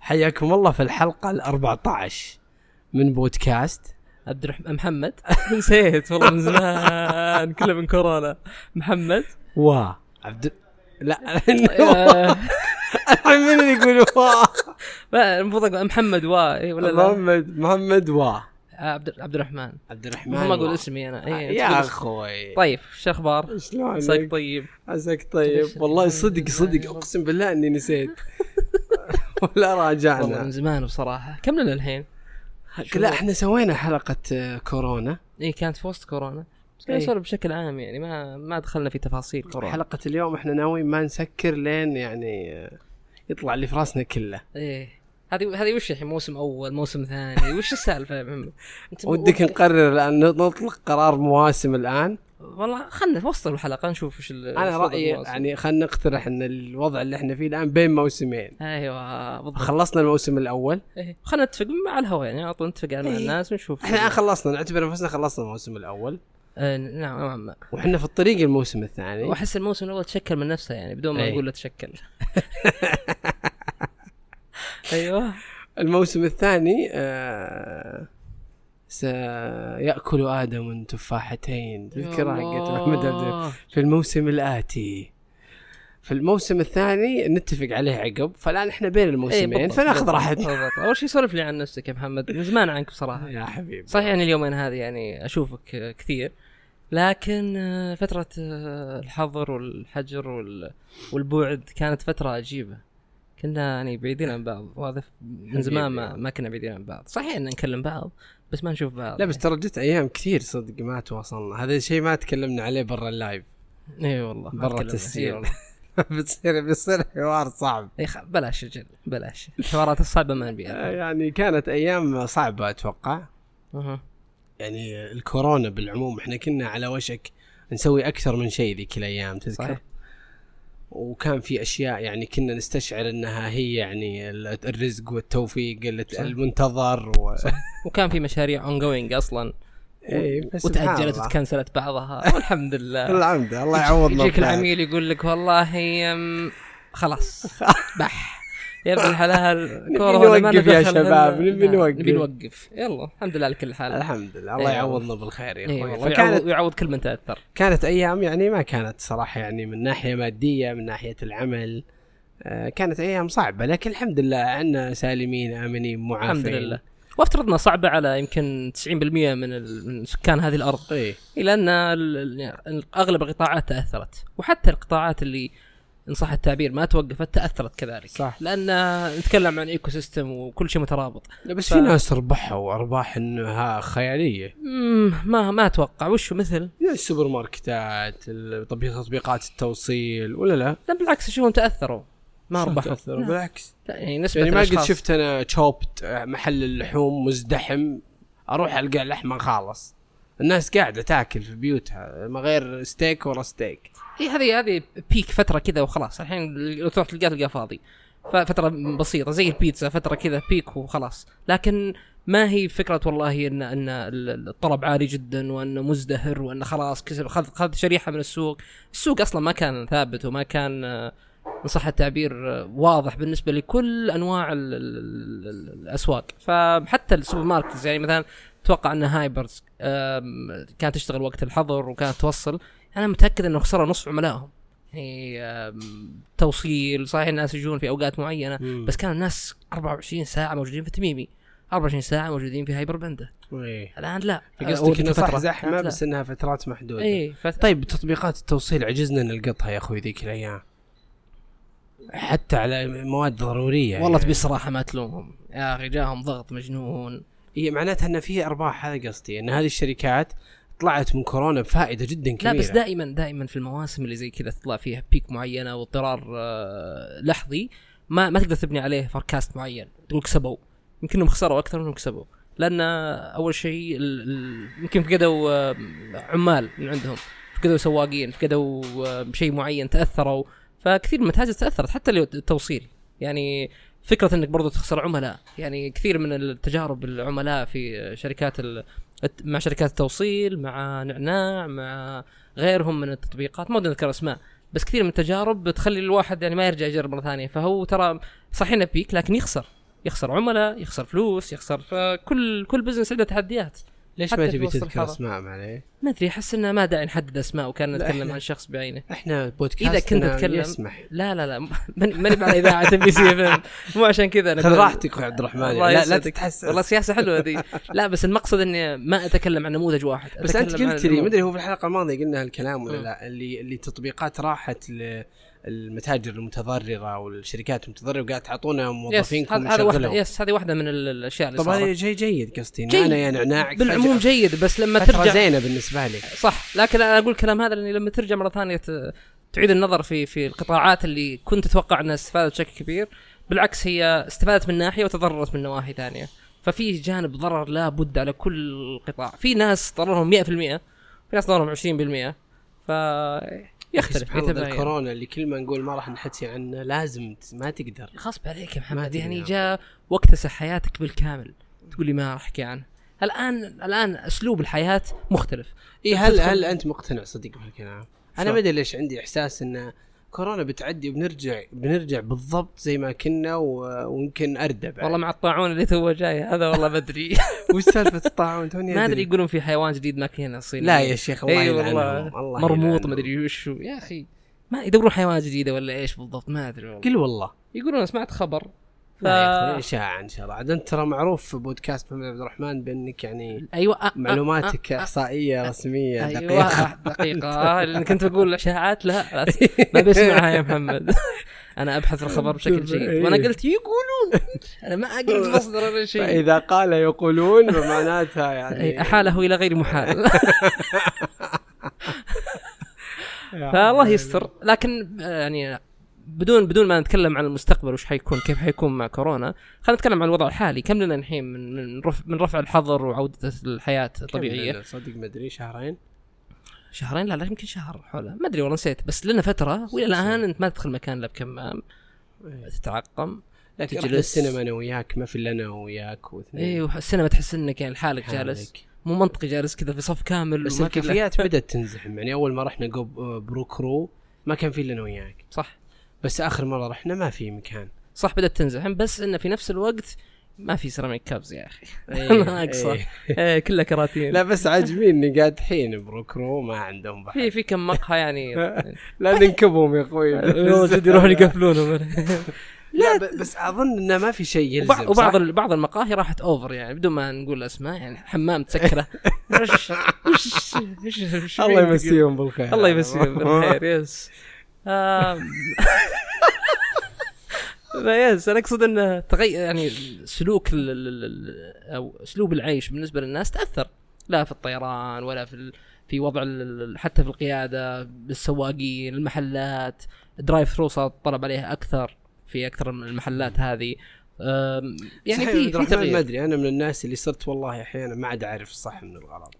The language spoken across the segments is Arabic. حياكم الله في الحلقة ال 14 من بودكاست عبد الرحمن محمد نسيت والله من زمان كله من كورونا محمد و عبد لا الحين من اللي يقول وا ما- المفروض اقول محمد وا إي ولا لا محمد محمد وا عبد عبد الرحمن عبد الرحمن ما اقول وا. اسمي انا آه، إي، يا تقول إيه، اسم. اخوي طيب شو اخبار؟ شلونك؟ عساك طيب عساك طيب والله صدق صدق اقسم بالله اني نسيت ولا والله من راجعنا زمان بصراحه كم لنا الحين؟ لا احنا سوينا حلقة آه، كورونا اي إيه، كانت في وسط كورونا بس إي. قاعد نسولف بشكل عام يعني ما ما دخلنا في تفاصيل كورونا حلقة اليوم احنا ناويين ما نسكر لين يعني آه، يطلع اللي في راسنا كله ايه هذه هذه وش الحين موسم اول موسم ثاني وش السالفه يا محمد؟ أنت- ودك نقرر الان نطلق قرار مواسم الان إيه، والله خلنا في وسط الحلقه نشوف وش ال- انا وسط رايي المواسم. يعني خلينا نقترح ان الوضع اللي احنا فيه الان بين موسمين ايوه بالضبط خلصنا الموسم الاول إيه. خلينا نتفق مع الهواء يعني على طول نتفق مع إيه. الناس ونشوف احنا الان خلصنا نعتبر انفسنا خلصنا الموسم الاول آه نعم نوعاً ما واحنا في الطريق الموسم الثاني واحس الموسم الاول تشكل من نفسه يعني بدون ما إيه. نقول له تشكل ايوه الموسم الثاني آه سيأكل آدم تفاحتين تذكرة حقت محمد عبد الوهاب. في الموسم الآتي في الموسم الثاني نتفق عليه عقب فالآن احنا بين إيه، الموسمين فناخذ راحتنا اول شيء سولف لي عن نفسك يا محمد من زمان عنك بصراحه يا حبيبي صحيح يعني اليومين هذه يعني اشوفك آه، كثير لكن آه، فترة آه، الحظر والحجر وال- والبعد كانت فترة عجيبة كنا يعني بعيدين عن بعض واضح من زمان ما, حبيبي. ما كنا بعيدين عن بعض صحيح ان نكلم بعض بس ما نشوف بعض لا بس ترى جت ايام كثير صدق ما تواصلنا هذا الشيء ما تكلمنا عليه برا اللايف اي والله برا ما نتكلم. إي التسجيل. والله. بتصير بيصير حوار صعب إي خ- بلاش اجل بلاش الحوارات الصعبة ما نبيها يعني كانت ايام صعبه اتوقع أها. يعني الكورونا بالعموم احنا كنا على وشك نسوي اكثر من شيء ذيك الايام تذكر صحيح. وكان في اشياء يعني كنا نستشعر انها هي يعني ال- الرزق والتوفيق ال- صحيح. المنتظر و... وكان في مشاريع اون جوينج اصلا اي بس سبحان إيه، وتأجلت الله. وتكنسلت بعضها والحمد لله الحمد الله يعوضنا يجيك بخير. العميل يقول لك والله أم، خلاص بح يا ابن الحلال كورونا ما نوقف يا ندخل شباب، إلا- نبي نعم، نوقف. نبي نوقف يلا الحمد لله على كل حال الحمد لله الله إيه. يعوضنا بالخير يا إيه اخوي والله فكانت يعوض, يعوض كل من تاثر كانت ايام يعني ما كانت صراحه يعني من ناحيه ماديه من ناحيه العمل آه، كانت ايام صعبه لكن الحمد لله عنا سالمين امنين معافين الحمد لله وافترضنا صعبه على يمكن 90% من ال- من سكان هذه الارض ايه الى ان ال- ال- يعني اغلب القطاعات تاثرت وحتى القطاعات اللي ان صح التعبير ما توقفت تاثرت كذلك صح. لان نتكلم عن ايكو سيستم وكل شيء مترابط لا بس ف- في ناس ربحوا ارباح انها خياليه مم، ما ما اتوقع وش مثل زي السوبر ماركتات ال- طب- تطبيقات التوصيل ولا لا لا بالعكس اشوفهم تاثروا ما ربحوا تأثروا، بالعكس لا، يعني نسبة يعني ما قد الأشخاص- شفت انا تشوبت محل اللحوم مزدحم اروح القى لحمه خالص الناس قاعده تاكل في بيوتها ما غير ستيك ورا ستيك هي إيه، هذه هذه بيك فترة كذا وخلاص الحين لو تروح تلقاه تلقاه فاضي ففترة بسيطة زي البيتزا فترة كذا بيك وخلاص لكن ما هي فكرة والله ان ان ال- الطلب عالي جدا وانه مزدهر وانه خلاص كسب خذ خذ شريحة من السوق، السوق اصلا ما كان ثابت وما كان آه، ان صح التعبير آه، واضح بالنسبة لكل انواع ال- ال- ال- ال- الاسواق، فحتى السوبر ماركت يعني مثلا اتوقع ان هايبرز آم، كانت تشتغل وقت الحظر وكانت توصل انا متاكد انه خسروا نصف عملائهم يعني آم، توصيل صحيح الناس يجون في اوقات معينه مم. بس كان الناس 24 ساعه موجودين في تميمي 24 ساعه موجودين في هايبر بندا ايه الان لا قصدك انه صح زحمه كانت لا. بس انها فترات محدوده اي فت... طيب طيب تطبيقات التوصيل عجزنا نلقطها يا اخوي ذيك الايام حتى على مواد ضروريه والله يعني. تبي الصراحه ما تلومهم يا اخي جاهم ضغط مجنون يعني. هي معناتها ان في ارباح هذا قصدي ان هذه الشركات طلعت من كورونا بفائده جدا كبيره لا بس دائما دائما في المواسم اللي زي كذا تطلع فيها بيك معينه واضطرار آه، لحظي ما ما تقدر تبني عليه فوركاست معين تقول كسبوا يمكن انهم خسروا اكثر منهم كسبوا لان آه، اول شيء ال- ال- يمكن فقدوا آه، عمال من عندهم فقدوا سواقين فقدوا آه، شيء معين تاثروا فكثير من المتاجر تاثرت حتى لو- التوصيل يعني فكره انك برضو تخسر عملاء يعني كثير من التجارب العملاء في شركات ال... الت- مع شركات التوصيل مع نعناع مع غيرهم من التطبيقات ما ودي اذكر اسماء بس كثير من التجارب تخلي الواحد يعني ما يرجع يجرب مره ثانيه فهو ترى صحيح انه بيك لكن يخسر يخسر عملاء يخسر فلوس يخسر فكل كل بزنس عنده تحديات ليش حتى ما في تبي وسط تذكر الحارة. اسماء معليه؟ ما ادري احس انه ما داعي نحدد اسماء وكان لا، نتكلم إحنا- عن شخص بعينه احنا بودكاست اذا كنت اتكلم يسمح لا لا لا من- ماني على اذاعه ام بي سي اف ام مو عشان كذا انا خذ أقول- راحتك اخوي عبد الرحمن الله لا لا يسعدك. تتحسس والله سياسه حلوه ذي لا بس المقصد اني ما اتكلم عن نموذج واحد بس انت أتكلم عن قلت لي النمو- مدري هو في الحلقه الماضيه قلنا هالكلام ولا مم. لا اللي اللي تطبيقات راحت للمتاجر المتضرره والشركات المتضرره وقاعد تعطونا يس موظفينكم هذا هذا واحده يشغلهم يس هذه واحده من ال- الاشياء اللي طب صارت هذا شيء جيد قصدي إن جيد. انا يا نعناعك بالعموم فجأة جيد بس لما فترة ترجع زينه بالنسبه لي صح لكن انا اقول الكلام هذا لاني لما ترجع مره ثانيه ت- تعيد النظر في في القطاعات اللي كنت تتوقع انها استفادت بشكل كبير بالعكس هي استفادت من ناحيه وتضررت من نواحي ثانيه ففي جانب ضرر لابد على كل قطاع في ناس ضررهم 100% في ناس ضررهم 20% ف يختلف سبحان الله يتباين. الكورونا اللي كل ما نقول ما راح نحكي عنه لازم ت- ما تقدر غصب عليك يا محمد أدري يعني يا جاء واكتسح حياتك بالكامل تقول لي ما راح احكي عنه الان الان اسلوب الحياه مختلف اي هل تدخل- هل انت مقتنع صدق بهالكلام؟ انا شلون؟ ما ادري ليش عندي احساس ان كورونا بتعدي وبنرجع بنرجع بالضبط زي ما كنا و- ويمكن اردى بعد والله مع الطاعون اللي تو جاي هذا والله ما ادري وش سالفه الطاعون توني ما ادري يقولون في حيوان جديد ما كنا صيني لا يا شيخ الله اي يلعنهم والله الله مرموط يلعنهم. ما ادري وش هو. يا اخي ما يدورون حيوانات جديده ولا ايش بالضبط ما ادري والله قل والله يقولون أنا سمعت خبر ف... لا يا إيه. اخوي اشاعه ان شاء الله عاد انت ترى معروف في بودكاست محمد عبد الرحمن بانك يعني ايوه أ- أ- معلوماتك أ- أ- احصائيه رسميه دقيقه ايوه دقيقة آه، لأن كنت بقول اشاعات لا لا ت- ما بسمعها يا محمد انا ابحث الخبر بشكل إيه. جيد وانا قلت يقولون انا ما قلت مصدر ولا شيء فاذا قال يقولون فمعناتها يعني أي، احاله الى غير محال فالله يستر لكن آه، يعني بدون بدون ما نتكلم عن المستقبل وش حيكون كيف حيكون مع كورونا خلينا نتكلم عن الوضع الحالي كم لنا الحين من من رفع, من رفع الحظر وعوده الحياه الطبيعيه كمل، صدق ما ادري شهرين شهرين لا لا يمكن شهر حوله ما ادري والله نسيت بس لنا فتره والى الان انت ما تدخل مكان لا بكمام إيه. تتعقم لكن تجلس. رحنا السينما انا وياك ما في الا انا وياك واثنين ايوه السينما تحس انك يعني لحالك جالس إيه. حالك. مو منطقي جالس كذا في صف كامل بس وما في إلا- الكافيات بدات تنزحم يعني اول ما رحنا جو بروكرو ما كان في الا انا وياك صح بس اخر مره رحنا ما في مكان صح بدات تنزحم بس انه في نفس الوقت ما في سيراميك كابز يا اخي أيه، ناقصه أيه. إيه، كلها كراتين لا بس عاجبيني قاعد الحين بروكرو ما عندهم في بحر في كم مقهى يعني لا ننكبهم يا اخوي جد يروحون يقفلونهم لا ب- بس اظن انه ما في شيء يلزم وبعض صح؟ وبعض ال- بعض المقاهي راحت اوفر يعني بدون ما نقول اسماء يعني حمام تسكره وش وش وش- وش الله يمسيهم بالخير الله يمسيهم بالخير يس آم. لا يس انا اقصد انه تغير يعني سلوك ال- ال- ال- ال- او اسلوب العيش بالنسبه للناس تاثر لا في الطيران ولا في ال- في وضع ال- ال- حتى في القياده السواقين المحلات درايف ثرو صار الطلب عليها اكثر في اكثر من المحلات هذه آم، يعني يعني في في ما تغيير ادري انا من الناس اللي صرت والله احيانا ما عاد اعرف الصح من الغلط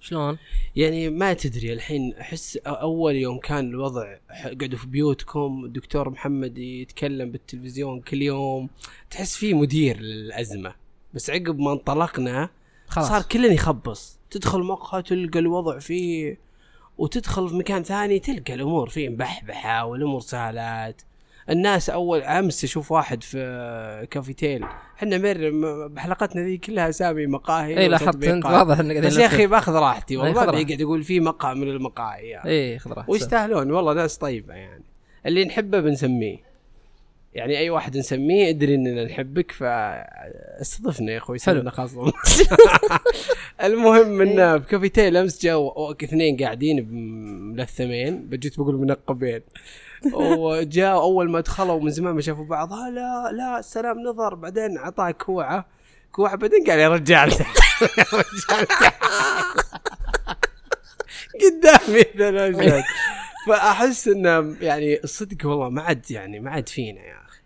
شلون؟ يعني ما تدري الحين احس أ- اول يوم كان الوضع ح- قعدوا في بيوتكم الدكتور محمد يتكلم بالتلفزيون كل يوم تحس في مدير للازمه بس عقب ما انطلقنا خلاص صار كلن يخبص تدخل مقهى تلقى الوضع فيه وتدخل في مكان ثاني تلقى الامور فيه مبحبحه والامور سهلات الناس اول امس اشوف واحد في كافيتيل احنا مر م- بحلقتنا ذي كلها اسامي مقاهي اي إيه، لاحظت انت وتطبيقات. واضح إيه، انك قاعدين بس يا اخي باخذ راحتي أي والله خذ بيقعد راحتك. يقول في مقهى من المقاهي يعني. اي خذ راحتك ويستاهلون والله ناس طيبه يعني اللي نحبه بنسميه يعني اي واحد نسميه ادري اننا نحبك فاستضفنا يا اخوي حلو. سوي لنا خاصه المهم انه بكافيتيل امس جاوا اثنين قاعدين ملثمين بجيت بقول منقبين وجاء اول ما دخلوا من زمان ما شافوا بعض "آه، لا لا السلام نظر بعدين اعطاه كوعه كوعه بعدين قال يا رجال يا رجال قدامي ذا الوجهات فاحس انه يعني الصدق والله ما عاد يعني ما عاد فينا يا اخي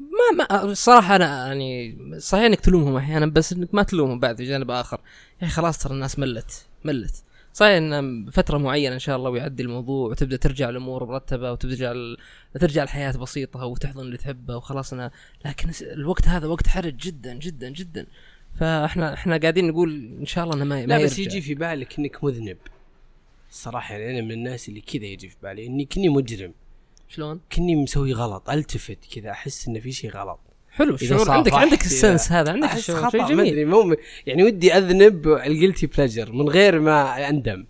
ما ما الصراحة أنا يعني صحيح إنك تلومهم أحيانا بس إنك ما تلومهم بعد في جانب آخر يعني خلاص ترى الناس ملت ملت صحيح إن فترة معينة إن شاء الله ويعدي الموضوع وتبدأ ترجع الأمور مرتبة وترجع ال- ترجع الحياة بسيطة وتحضن اللي تحبه وخلاص أنا لكن الس- الوقت هذا وقت حرج جدا جدا جدا فاحنا احنا قاعدين نقول ان شاء الله انه ما ما لا بس يرجع. يجي في بالك انك مذنب الصراحه يعني انا من الناس اللي كذا يجي في بالي اني كني مجرم شلون؟ كني مسوي غلط التفت كذا احس انه في شيء غلط إذا حلو الشعور عندك صافحت عندك إذا- السنس هذا عندك احس الشعور شيء خطا ما جميل ادري مو يعني ودي اذنب الجلتي بلجر من غير ما اندم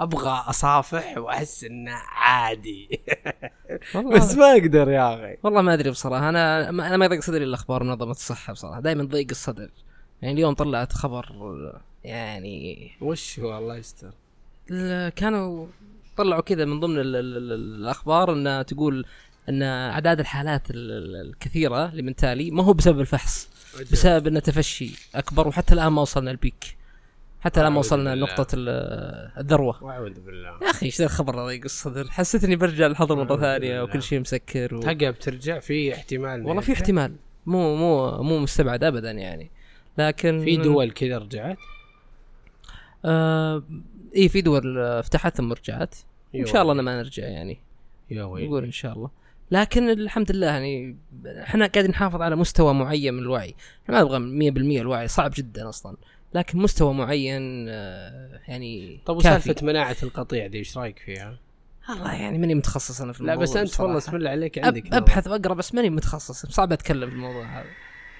ابغى اصافح واحس انه عادي والله بس ما اقدر يا اخي والله ما ادري بصراحه انا ما- انا ما يضيق صدري الا اخبار منظمه الصحه بصراحه دائما ضيق الصدر يعني اليوم طلعت خبر يعني وش هو الله يستر ال- كانوا طلعوا كذا من ضمن ال ال ال الاخبار انها تقول ان اعداد الحالات ال- ال- الكثيره اللي من تالي ما هو بسبب الفحص بسبب ان تفشي اكبر وحتى الان ما وصلنا البيك حتى الان ما أعوذ وصلنا بالله. لنقطه ال- الذروه واعوذ بالله يا اخي ايش ذا الخبر هذا يقص الصدر حسيت اني برجع للحظر مره أعوذ ثانيه بالله. وكل شيء مسكر و... تلقى بترجع في احتمال والله في احتمال مو مو مو مستبعد ابدا يعني لكن في دول كذا رجعت آه اي في دول آه، فتحت ثم رجعت أيوة. ان شاء الله انا ما نرجع يعني يا ويلي نقول ان شاء الله لكن الحمد لله يعني احنا قاعدين نحافظ على مستوى معين من الوعي احنا ما نبغى 100% الوعي صعب جدا اصلا لكن مستوى معين آه، يعني طب كافي. وسالفه مناعه القطيع دي ايش رايك فيها؟ والله يعني ماني متخصص انا في لا الموضوع بس انت بصراحة. والله بسم الله عليك أب- عندك نظرة. ابحث واقرا بس ماني متخصص صعب اتكلم في الموضوع هذا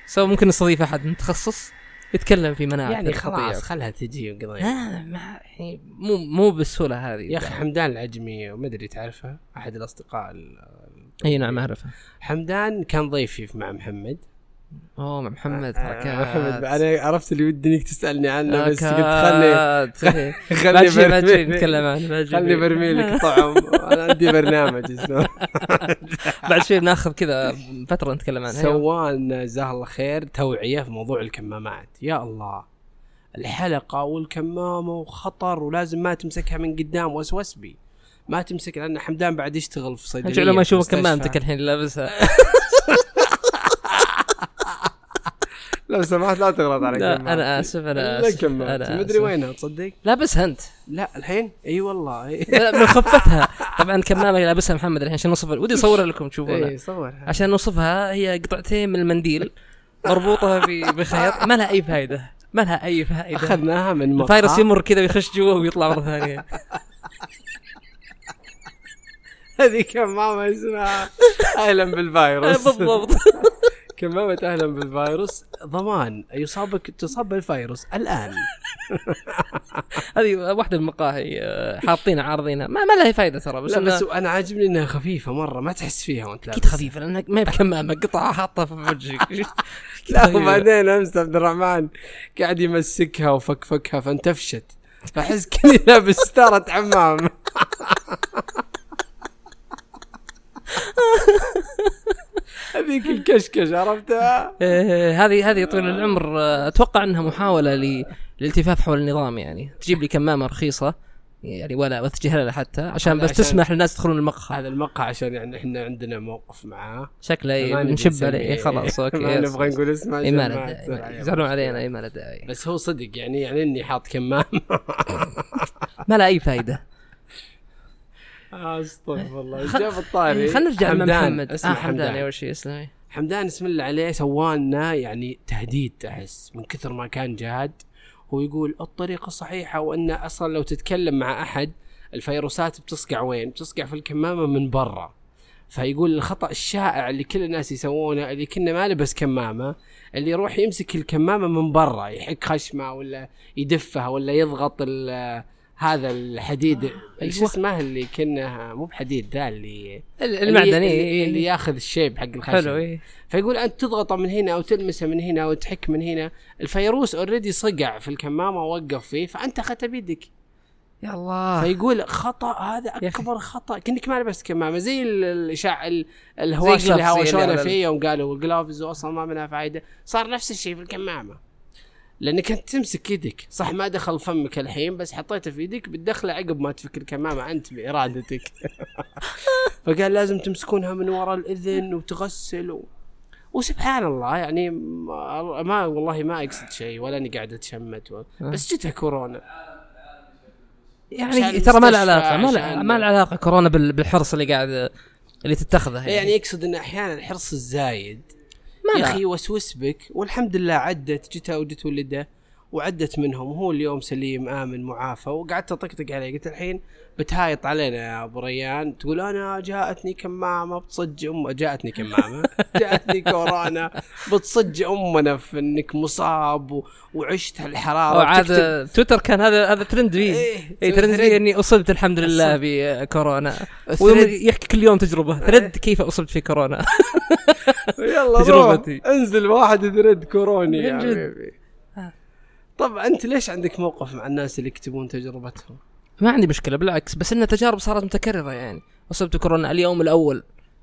سو ممكن نستضيف احد متخصص يتكلم في مناعه يعني الخطيئة. خلاص خلها تجي وقضية لا، ما يعني مو مو بالسهوله هذه يا اخي حمدان العجمي وما ادري تعرفه احد الاصدقاء ال- اي نعم اعرفه حمدان كان ضيفي مع محمد اوه مع محمد آه، حركات محمد انا عرفت اللي ودي انك تسالني عنه بس قلت خلني حركات. إيه. ما خلني تجي ما تجي برميل- نتكلم عنه ما تجي. خلني برمي لك طعم انا عندي برنامج اسمه بعد شوي بناخذ كذا فتره نتكلم عنها أيوة. سوان جزاه الله خير توعيه في موضوع الكمامات يا الله الحلقه والكمامه وخطر ولازم ما تمسكها من قدام وسوس بي ما تمسك لان حمدان بعد يشتغل في صيدليه رجع لو ما في اشوف مستشفى. كمامتك الحين لابسها لو سمحت لا تغلط على لا، كمامتي. أنا آسف، أنا لا آسف، كمامتي. أنا مدري آسف. وينها تصدق لابسها انت لا الحين اي والله لا، من خفتها طبعا كمامه لابسها محمد الحين عشان نوصفها ودي اصورها لكم تشوفونها اي صورها عشان نوصفها هي قطعتين من المنديل مربوطه ب- بخيط ما لها اي فائده ما لها اي فائده اخذناها من مقهى الفيروس يمر كذا ويخش جوا ويطلع مره ثانيه هذه كمامه اسمها اهلا بالفيروس بالضبط كمامة اهلا بالفيروس ضمان يصابك تصاب بالفيروس الان هذه واحده من المقاهي آه، حاطينها عارضينها ما, ما لها فائده ترى بس, لا بس إنها انا عاجبني انها خفيفه مره ما تحس فيها وانت اكيد لابس. خفيفه لانها ما هي بكمامه قطعه حاطها في وجهك طيب. أكيد لا خفيفة. وبعدين امس عبد الرحمن قاعد يمسكها وفكفكها فانتفشت فاحس كني لابس ستاره عمام هذيك الكشكش عرفتها؟ آه، هذه هذه طول العمر آه، اتوقع انها محاوله ل- للالتفاف حول النظام يعني تجيب لي كمامه رخيصه يعني ولا وتجهلها حتى عشان بس عشان- تسمح للناس يدخلون المقهى هذا المقهى عشان يعني احنا عندنا موقف معاه شكله ما إيه، نبي نشب نسميه. عليه إيه، خلاص اوكي ما نبغى نقول اسمه اي عشان إيه، ما ما له تصير داعي عليه يزعلون مشكلة. علينا اي ما له داعي بس هو صدق يعني يعني اني حاط كمام ما له اي فايده استغفر الله آه، جاب الطاري خلينا نرجع آه، حمدان. لمحمد اه اسمع حمدان اول شيء اسلمي حمدان اسم الله عليه سوالنا يعني تهديد احس من كثر ما كان جاد هو يقول الطريقه الصحيحه وان اصلا لو تتكلم مع احد الفيروسات بتصقع وين؟ بتصقع في الكمامه من برا فيقول الخطا الشائع اللي كل الناس يسوونه اللي كنا ما لبس كمامه اللي يروح يمسك الكمامه من برا يحك خشمه ولا يدفها ولا يضغط ال- هذا الحديد ايش أيوة. اسمه اللي كنا مو بحديد ذا اللي المعدني اللي, إيه، اللي, اللي إيه. ياخذ الشيب حق الخشب حلو إيه. اي فيقول انت تضغطه من هنا او تلمسه من هنا او تحك من هنا الفيروس اوريدي صقع في الكمامه ووقف فيه فانت اخذته بيدك يا الله فيقول خطا هذا آه. يا أخي. اكبر خطا كأنك ما لبست كمامه زي ال- الاشعه ال- الهواش اللي gloves اللي على هاوشونا ال- فيه يوم قالوا الجلافز اصلا ما منها فائده صار نفس الشيء في الكمامه لانك انت تمسك يدك صح ما دخل فمك الحين بس حطيته في يدك بتدخله عقب ما تفك الكمامه انت بارادتك فقال لازم تمسكونها من وراء الاذن وتغسل و... وسبحان الله يعني ما ما- والله ما اقصد شيء ولا اني قاعد اتشمت و... آه. بس جتها كورونا يعني عشان ترى ما له المستشفى، علاقه ما له عشان- ما له علاقه كورونا بال- بالحرص اللي قاعد اللي تتخذه يعني يقصد ان احيانا الحرص الزايد إيه. ما يا لا. اخي يوسوس بك والحمد لله عدت جتها وجت ولده وعدت منهم هو اليوم سليم امن معافى وقعدت اطقطق عليه قلت الحين بتهايط علينا يا ابو ريان تقول انا جاءتني كمامه بتصج ام جاءتني كمامه جاءتني كورونا بتصج امنا في انك مصاب و... وعشت الحراره وتكتب- عاد تويتر كان هذا هذا ترند بي إيه، اي ترند بي ترند. اني اصبت الحمد لله آه، بكورونا ويحكي كل يوم تجربه إيه. ترند كيف اصبت في كورونا يلا تجربتي. تجربتي انزل واحد ثريد كوروني يا من جد. آه. حبيبي طب انت ليش عندك موقف مع الناس اللي يكتبون تجربتهم؟ ما عندي مشكله بالعكس بس ان تجارب صارت متكرره يعني اصبت كورونا اليوم الاول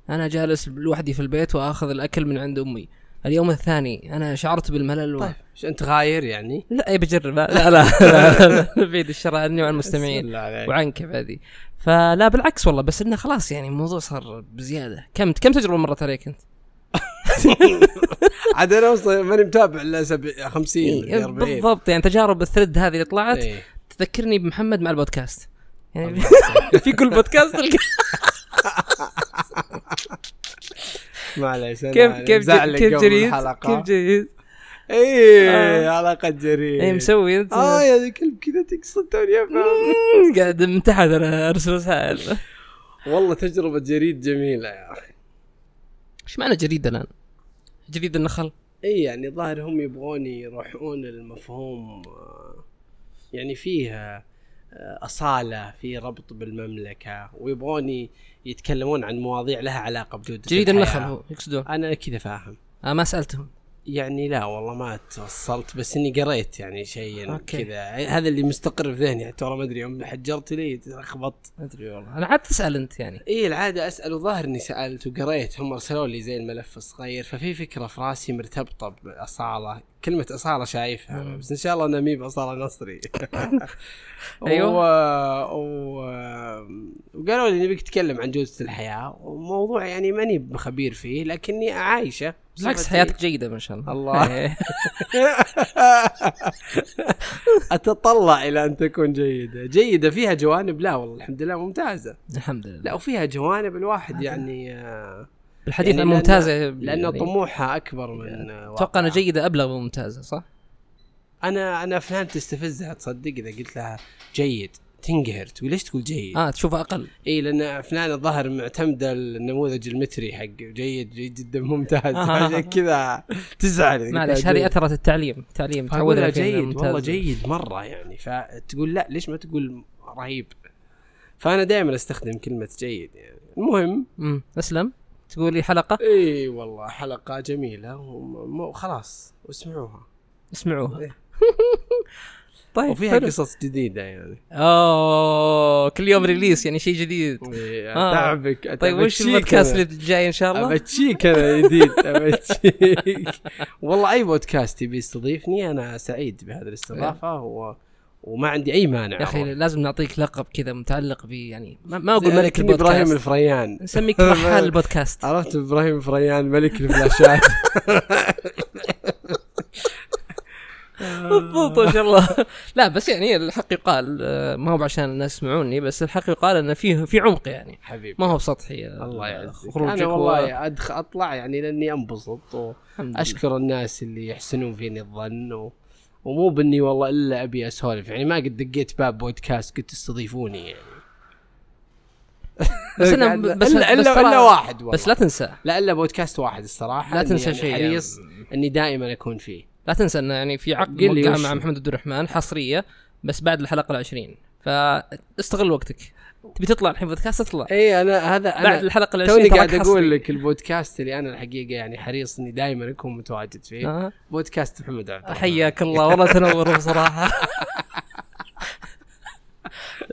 انا جالس لوحدي في البيت واخذ الاكل من عند امي اليوم الثاني انا شعرت بالملل و... طيب ايش انت غاير يعني؟ لا أي بجرب لا لا, لا. بعيد الشر عني وعن بسم المستمعين الله عليك. وعنك هذه فلا بالعكس والله بس انه خلاص يعني الموضوع صار بزياده كم كم تجربه مرت عليك انت؟ عاد انا اصلا ماني متابع الا سبع- 50 إيه 40 بالضبط يعني تجارب الثريد هذه اللي طلعت إيه. تذكرني بمحمد مع البودكاست يعني في كل بودكاست تلقى معليش أنا- كيف أنا كيف مزعلك كيف قبل جريد كيف الحلقه جريد اي آه. حلقه جريد اي مسوي انت اه يا ذا الكلب كذا تقصد توني افهم مم، قاعد من تحت انا ارسل رسائل والله تجربه جريد جميله يا اخي ايش معنى جريد الان؟ جريد النخل اي يعني ظاهر هم يبغون يروحون المفهوم يعني فيها اصاله في ربط بالمملكه ويبغون ي- يتكلمون عن مواضيع لها علاقه بجوده جريد الحياة. النخل هو يقصدون انا كذا فاهم آه ما سالتهم يعني لا والله ما توصلت بس اني قريت يعني شيء أوكي. كذا هذا اللي مستقر في ذهني حتى والله ما ادري يوم حجرت لي تلخبط ما ادري والله انا عاد تسال انت يعني اي العاده اسال إيه، وظاهر اني سالت وقريت هم ارسلوا لي زي الملف الصغير ففي فكره في راسي مرتبطه باصاله كلمه اصاله شايفها مم. بس ان شاء الله انها مي باصاله نصري أيوة. و... و... وقالوا لي نبيك تتكلم عن جوده الحياه وموضوع يعني ماني بخبير فيه لكني عايشه بالعكس بصفتي- حياتك جيده ما شاء الله الله. إيه. اتطلع الى ان تكون جيده جيده فيها جوانب لا والله الحمد لله ممتازه الحمد لله لا وفيها جوانب الواحد يعني آه، الحديث يعني عن لأن- ممتازه لان يعني طموحها اكبر من آه، اتوقع واقعها. انها جيده ابلغ من ممتازه صح؟ انا انا افلام تستفزها تصدق اذا قلت لها جيد تنقهر تقول ليش تقول جيد؟ اه تشوفها اقل اي لان افلام الظاهر معتمده النموذج المتري حق جيد جيد جدا ممتاز آه. عشان كذا تزعل إذا قلت لها معلش هذه جيد. اثرت التعليم التعليم فأقول تعودنا لها فيه إنه جيد ممتاز. والله جيد مره يعني فتقول لا ليش ما تقول رهيب فانا دائما استخدم كلمه جيد يعني المهم امم اسلم تقول لي حلقه اي والله حلقه جميله وم- وخلاص واسمعوها اسمعوها إيه. طيب وفيها حلو. قصص جديده يعني اوه كل يوم ريليس يعني شيء جديد إيه، آه. اتعبك طيب وش البودكاست اللي الجاي ان شاء الله؟ ابتشيك انا جديد ابتشيك والله اي بودكاست يبي يستضيفني انا سعيد بهذه الاستضافه و... وما عندي اي مانع طيب. يا اخي والله. لازم نعطيك لقب كذا متعلق ب يعني ما, ما اقول زي- ملك كني ابراهيم البودكاست الفريان نسميك رحال البودكاست عرفت ابراهيم فريان ملك الفلاشات بالضبط ما شاء الله لا بس يعني الحق يقال آه، ما هو بعشان الناس يسمعوني بس الحق يقال انه فيه في عمق يعني حبيبي ما هو بسطحي آه، الله يعزك خروجك انا و- والله ادخل اطلع يعني لاني انبسط الحمد لله. واشكر الناس اللي يحسنون فيني الظن و... ومو باني والله الا ابي اسولف يعني ما قد دقيت باب بودكاست قلت تستضيفوني يعني بس انا إيه، قاعد- بس الا بس الا, ترى- إلا واحد والله بس لا تنسى لا الا بودكاست واحد الصراحه لا إني تنسى يعني شيء يعني. حريص اني دائما اكون فيه لا تنسى انه يعني في عقد قل لي موقع وش- مع محمد عبد الرحمن حصريه بس بعد الحلقه العشرين فاستغل وقتك تبي تطلع الحين بودكاست اطلع اي انا هذا بعد انا الحلقه العشرين إيه، توني تراك قاعد حصري. اقول لك البودكاست اللي انا الحقيقه يعني حريص اني دائما اكون متواجد فيه آه. بودكاست محمد عبد الرحمن. حياك الله والله تنور بصراحه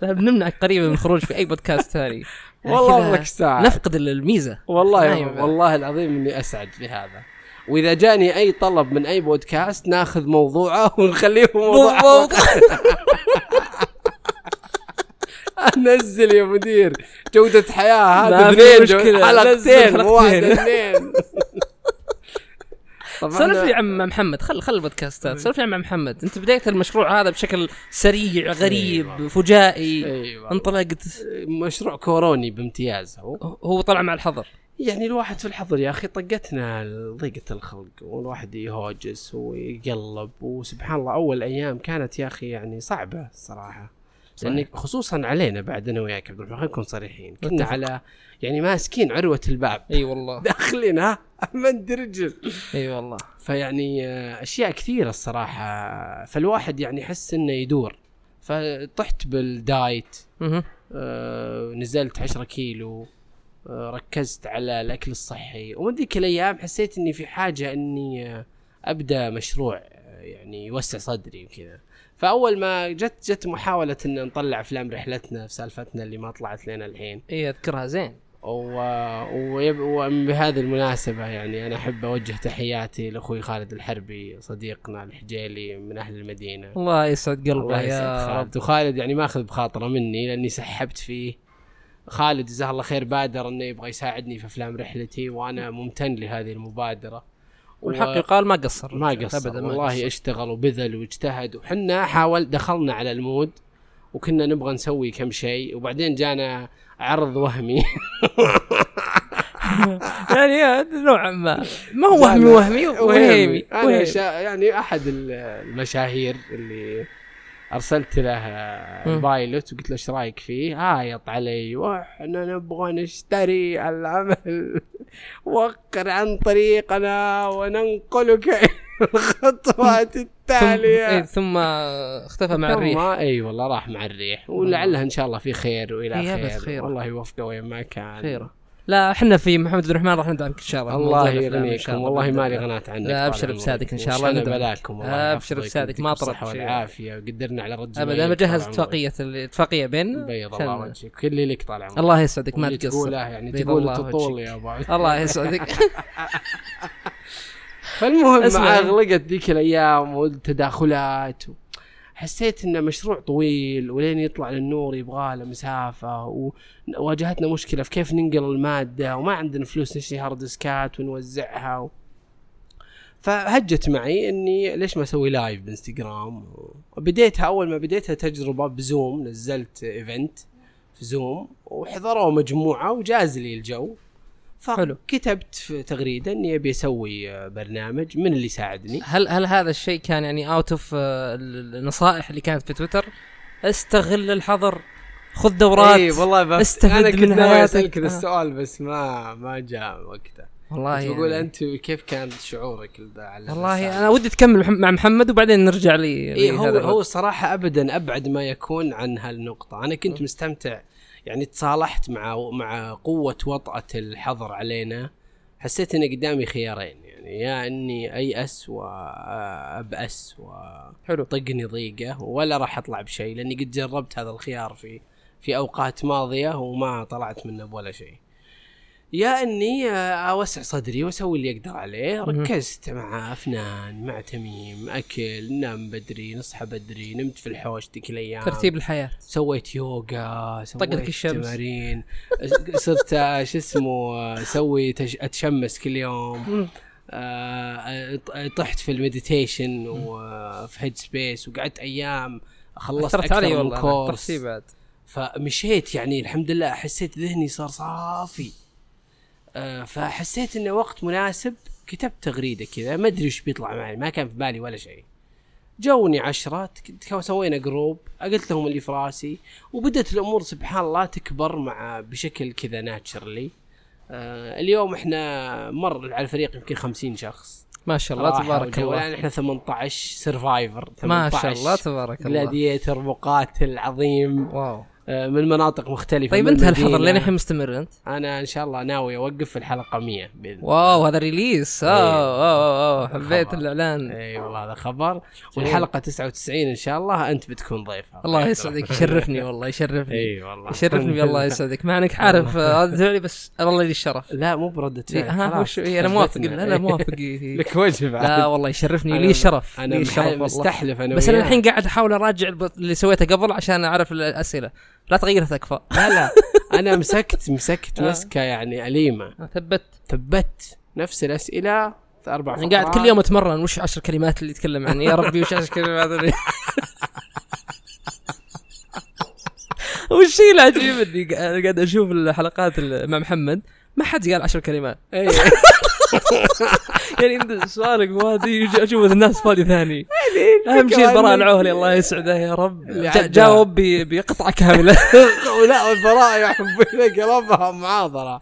لا، بنمنعك قريبا من الخروج في اي بودكاست ثاني يعني والله كذا أمرك ساعة. نفقد ال- الميزه ما والله ينفع. والله العظيم اني اسعد بهذا واذا جاني اي طلب من اي بودكاست ناخذ موضوعه ونخليه موضوع بالضبط. نزل يا مدير جودة حياة ما هذا في اثنين مشكلة. جو- حلقتين نزل مو واحدة حلقتين. اثنين طبعا سولف لي أنا- عن محمد خل خل البودكاستات سولف لي عن محمد انت بديت المشروع هذا بشكل سريع غريب فجائي أيوة. انطلقت مشروع كوروني بامتياز هو هو طلع مع الحظر يعني الواحد في الحظر يا اخي طقتنا ضيقه الخلق والواحد يهوجس ويقلب وسبحان الله اول ايام كانت يا اخي يعني صعبه الصراحه صحيح. لانك خصوصا علينا بعد انا وياك عبد الرحمن خلينا نكون صريحين كنا متفق. على يعني ماسكين عروه الباب اي إيه، والله داخلين ها مد رجل اي والله فيعني آه، اشياء كثيره الصراحه فالواحد يعني يحس انه يدور فطحت بالدايت مهم. آه، نزلت 10 كيلو آه، ركزت على الاكل الصحي ومن ذيك الايام حسيت اني في حاجه اني آه، ابدا مشروع آه، يعني يوسع صدري وكذا فاول ما جت جت محاوله ان نطلع افلام رحلتنا في سالفتنا اللي ما طلعت لنا الحين اي اذكرها إيه، زين و- ويب- وبهذه المناسبة يعني أنا أحب أوجه تحياتي لأخوي خالد الحربي صديقنا الحجيلي من أهل المدينة الله يسعد قلبه الله يسعد يا رب خالد وخالد يعني ماخذ بخاطره مني لأني سحبت فيه خالد جزاه الله خير بادر أنه يبغى يساعدني في أفلام رحلتي وأنا ممتن لهذه المبادرة والحق يقال ما قصر ما قصر أبداً ما والله قصر. اشتغل وبذل واجتهد وحنا حاول دخلنا على المود وكنا نبغى نسوي كم شيء وبعدين جانا عرض وهمي يعني نوعا ما ما هو جانا- وهمي وهمي وهيمي انا وهيمي. شا... يعني احد ال- المشاهير اللي ارسلت له مم. البايلوت وقلت له ايش رايك فيه؟ هايط علي واحنا نبغى نشتري العمل وقر عن طريقنا وننقلك الى الخطوات ثم, إيه التاليه ثم اختفى مع ثم- الريح اي والله راح مع الريح ولعلها ان شاء الله في خير إيه، والى أبد خير, خير. والله يوفقه وين ما كان خيره لا احنا في محمد عبد الرحمن راح ندعمك ان شاء الله في موضوع الله الأفلام إن يغنيكم شاء الله والله بإذن مالي الله. غنات عنك لا، طال أبشر عمرك. بسادك إن شاء الله، وش أنا ندمك. بلاكم آه، والله أبشر يحفظك بسادك، ما ويديك طلبت بالصحة شيء. والعافيه وقدرنا على رد ابدا انا بجهز اتفاقيه الاتفاقيه بين بيض عشان- الله وجهك كل لك طال عمرك الله يسعدك ما واللي تقصر تقوله يعني بيض تقول الله تطول وجهك. يا ابو عبد الله يسعدك فالمهم اسمع. مع غلقت ذيك الايام والتداخلات و... حسيت انه مشروع طويل ولين يطلع للنور يبغى له مسافه وواجهتنا مشكله في كيف ننقل الماده وما عندنا فلوس نشتري هارد ديسكات ونوزعها و... فهجت معي اني ليش ما اسوي لايف بانستغرام بديتها اول ما بديتها تجربه بزوم نزلت ايفنت في زوم وحضروا مجموعه وجاز لي الجو حلو. فكتبت في تغريده اني ابي اسوي آه، برنامج من اللي ساعدني هل هل هذا الشيء كان يعني اوت اوف النصائح اللي كانت في تويتر استغل الحظر خذ دورات اي إيه، والله ب... استفد انا من كنت ناوي حياتك. اسالك ذا آه. السؤال بس ما ما جاء وقته والله بس بقول يعني- انت كيف كان شعورك ذا على والله يعني انا ودي تكمل مح- مع محمد وبعدين نرجع لي إيه هو لهذا هو الصراحه ابدا ابعد ما يكون عن هالنقطه انا كنت مستمتع يعني تصالحت مع مع قوه وطأة الحظر علينا حسيت ان قدامي خيارين يعني يا اني ايأس آه، وابأس حلو. وطقني ضيقه ولا راح اطلع بشيء لاني قد جربت هذا الخيار في في اوقات ماضيه وما طلعت منه بولا شيء. يا اني آه، اوسع صدري واسوي اللي اقدر عليه مهم. ركزت مع افنان مع تميم اكل نام بدري نصحى بدري نمت في الحوش ذيك الايام ترتيب الحياه سويت يوغا طقتك سويت الشمس. تمارين صرت آه، شو اسمه آه، اسوي تش- اتشمس كل يوم مم. آه، أط- طحت في المديتيشن آه، وفي هيد سبيس وقعدت ايام خلصت اثرت اكثر علي من والله أنا. كورس ترتيب بعد فمشيت يعني الحمد لله حسيت ذهني صار صافي آه، فحسيت انه وقت مناسب كتبت تغريده كذا ما ادري ايش بيطلع معي ما كان في بالي ولا شيء جوني عشرة تك- تك- سوينا جروب قلت لهم اللي في راسي وبدت الامور سبحان الله تكبر مع بشكل كذا ناتشرلي آه اليوم احنا مر على الفريق يمكن 50 شخص ما شاء الله راحة تبارك وجو. الله الان احنا 18 سرفايفر ما شاء الله تبارك الله جلاديتر مقاتل عظيم واو آه، من مناطق مختلفه طيب من انت الحظر المدينة. لين الحين مستمر انت انا ان شاء الله ناوي اوقف في الحلقه 100 باذن واو هذا آه، ريليس اوه اوه اوه حبيت إيه. خبر. إيه. الاعلان اي والله هذا خبر والحلقه 99 ان شاء الله انت بتكون ضيفها الله يسعدك يشرفني والله يشرفني اي والله يشرفني الله يسعدك مع انك عارف آه، هذا زعلي بس الله لي الشرف لا مو بردة فعل ها خلاص. وش إيه، انا موافق ثبتنا. لا لا إيه. موافق إيه، إيه. لك وجه بعد لا والله يشرفني أنا- لي شرف انا لي مح- شرف والله مستحلف انا بس انا وياك. الحين قاعد احاول اراجع الب- اللي سويته قبل عشان اعرف الاسئله لا تغير تكفى لا لا انا مسكت مسكت آه. مسكه يعني اليمه ثبت ثبت نفس الاسئله في اربع انا فقرات قاعد كل يوم اتمرن وش عشر كلمات اللي يتكلم عني يا ربي وش عشر كلمات اللي وش الشيء العجيب اني قاعد اشوف الحلقات ال- مع محمد ما حد قال عشر كلمات يعني سؤالك ما ادري يجي اشوف الناس فاضي ثاني اهم شيء البراء العهري الله يسعده يا رب اللي جا- عدى. جاوب ب- بقطعه كامله لا البراء يحبون قلبها معاضره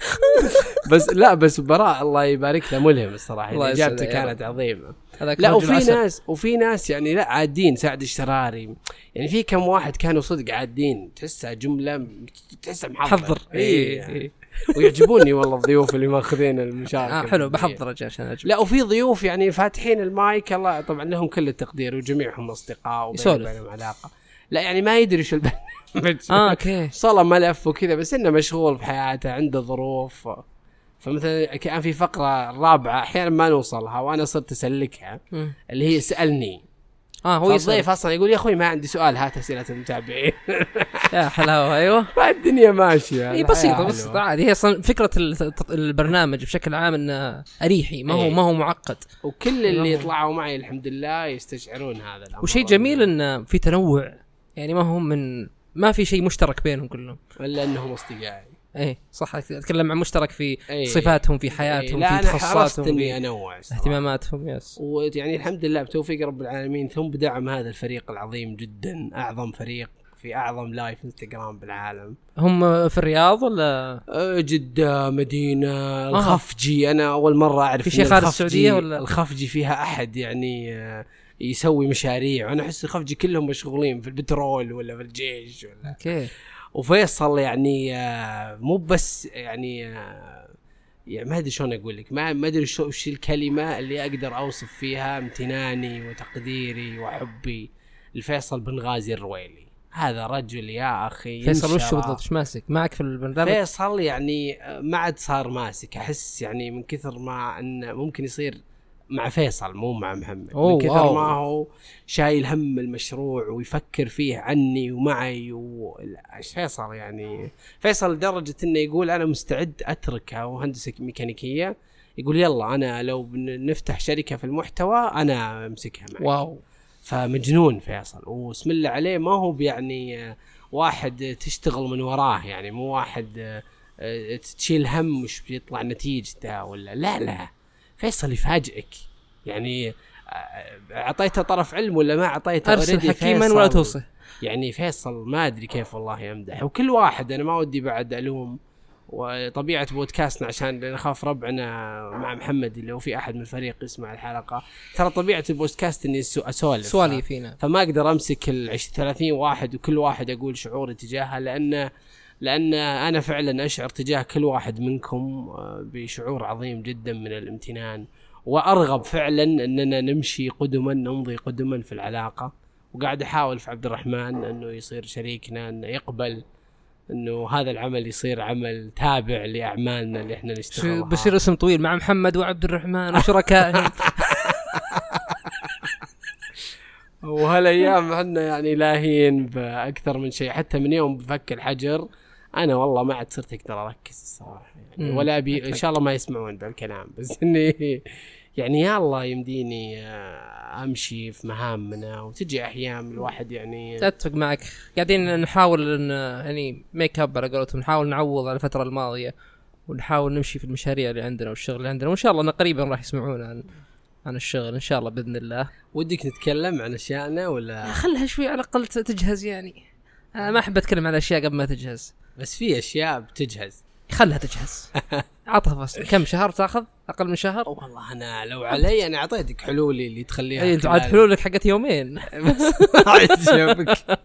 بس لا بس براء الله يبارك له ملهم الصراحه الله يعني اجابته يسعده يا كانت عظيمه هذاك لا رجل وفي عسل. ناس وفي ناس يعني لا عادين سعد الشراري يعني في كم واحد كانوا صدق عادين تحسها جمله م- تحسها محضر حضر إيه. اي إي- إي. ويعجبوني والله الضيوف اللي ماخذين المشاركه آه حلو بحضر اجل عشان اجل لا وفي ضيوف يعني فاتحين المايك الله طبعا لهم كل التقدير وجميعهم اصدقاء وبينهم يسولف. بينهم علاقه لا يعني ما يدري شو البرنامج اه اوكي صار ملف وكذا بس انه مشغول بحياته عنده ظروف فمثلا كان في فقره رابعه احيانا ما نوصلها وانا صرت اسلكها مم. اللي هي اسالني اه هو يصير الضيف اصلا يقول يا اخوي ما عندي سؤال هات اسئله المتابعين يا حلاوه ايوه فالدنيا ماشيه هي بسيطه بسيطه عادي هي اصلا فكره الت- البرنامج بشكل عام انه اريحي ما هو إيه. ما هو معقد وكل اللي والله. يطلعوا معي الحمد لله يستشعرون هذا الامر وشيء جميل انه في تنوع يعني ما هم من ما في شيء مشترك بينهم كلهم الا انهم اصدقائي ايه صح اتكلم عن مشترك في إيه. صفاتهم في إيه، حياتهم لا في انا حرصت تخصصاتهم اني في انوع صراحة. اهتماماتهم يس ويعني الحمد لله بتوفيق رب العالمين ثم بدعم هذا الفريق العظيم جدا اعظم فريق في اعظم لايف انستغرام بالعالم هم في الرياض ولا أه، جدة مدينة الخفجي أنا أول مرة أعرف آه. في إن شيء خارج الخفجي- السعودية ولا؟ الخفجي فيها أحد يعني آه، يسوي مشاريع أنا أحس الخفجي كلهم مشغولين في البترول ولا في الجيش ولا اوكي وفيصل يعني آه، مو بس يعني آه، يعني ما ادري شلون اقول لك ما ما ادري شو وش الكلمه اللي اقدر اوصف فيها امتناني وتقديري وحبي لفيصل بن غازي الرويلي هذا رجل يا اخي فيصل وش ينشر- بالضبط ايش ماسك معك في البرنامج فيصل يعني ما عاد صار ماسك احس يعني من كثر ما انه ممكن يصير مع فيصل مو مع محمد أوه، من كثر واو. ما هو شايل هم المشروع ويفكر فيه عني ومعي و لا، فيصل يعني فيصل لدرجه انه يقول انا مستعد اتركها وهندسه ميكانيكيه يقول يلا انا لو بن- نفتح شركه في المحتوى انا امسكها معك واو فمجنون فيصل وبسم الله عليه ما هو يعني آه، واحد آه، تشتغل من وراه يعني مو واحد آه، آه، تشيل هم وش بيطلع نتيجته ولا لا لا فيصل يفاجئك يعني آه، اعطيته طرف علم ولا ما اعطيته ارسل already حكيما فيصل- ولا توصي يعني فيصل ما ادري كيف والله يمدح وكل واحد انا ما ودي بعد الوم وطبيعه بودكاستنا عشان لأن اخاف ربعنا مع محمد لو في احد من الفريق يسمع الحلقه ترى طبيعه البودكاست اني أسو- اسولف سوالي فينا فما اقدر امسك ال 20 30 واحد وكل واحد اقول شعوري تجاهه لانه لان انا فعلا اشعر تجاه كل واحد منكم آه، بشعور عظيم جدا من الامتنان وارغب فعلا اننا نمشي قدما نمضي قدما في العلاقه وقاعد احاول في عبد الرحمن انه يصير شريكنا انه يقبل انه هذا العمل يصير عمل تابع لاعمالنا اللي احنا ش- نشتغلها بيصير اسم طويل مع محمد وعبد الرحمن وشركاء وهالايام احنا يعني لاهين باكثر من شيء حتى من يوم بفك الحجر انا والله ما عاد صرت اقدر اركز الصراحه يعني مم. ولا ابي ان شاء الله ما يسمعون ذا الكلام بس اني يعني يا الله يمديني آه، امشي في مهامنا وتجي احيان الواحد يعني اتفق معك قاعدين نحاول ان يعني ميك اب على قولتهم نحاول نعوض على الفتره الماضيه ونحاول نمشي في المشاريع اللي عندنا والشغل اللي عندنا وان شاء الله إن قريبا راح يسمعونا عن عن الشغل ان شاء الله باذن الله ودك نتكلم عن اشيائنا ولا خلها شوي على الاقل ت- تجهز يعني انا ما احب اتكلم عن اشياء قبل ما تجهز بس في اشياء بتجهز خلها تجهز عطها فصل كم شهر تاخذ اقل من شهر والله انا لو علي انا اعطيتك حلولي اللي تخليها اي انت إيه، عاد خلال- حلولك حقت يومين بس عجبك.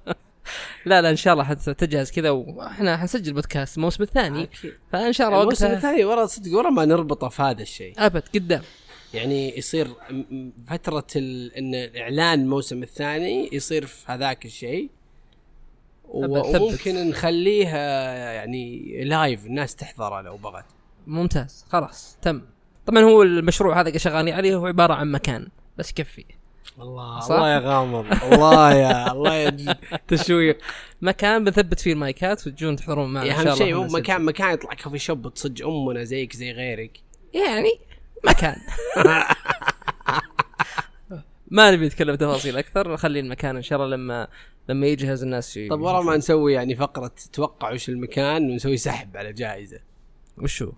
لا لا ان شاء الله حتجهز كذا واحنا حنسجل بودكاست الموسم الثاني أكيد. فان شاء الله الموسم وقتها الثاني ورا صدق ورا ما نربطه في هذا الشيء ابد قدام يعني يصير م- م- فترة ال... ان اعلان الموسم الثاني يصير في هذاك الشيء و... أبد، ثبت. وممكن نخليه آه، يعني لايف الناس تحضره لو بغت ممتاز خلاص تم طبعا هو المشروع هذا اللي شغالين عليه هو عباره عن مكان بس يكفي الله صح؟ الله يا غامض الله يا الله يا تشويق مكان بنثبت فيه المايكات وتجون تحضرون معنا ان شاء اهم الله يعني شيء مو إحنا نسجل. مكان مكان يطلع كوفي شوب تصج امنا زيك زي غيرك يعني مكان ما نبي نتكلم تفاصيل اكثر نخلي المكان ان شاء الله لما لما يجهز الناس ي- طب ورا ما نسوي يعني فقرة توقعوا وش المكان ونسوي سحب على جائزة وشو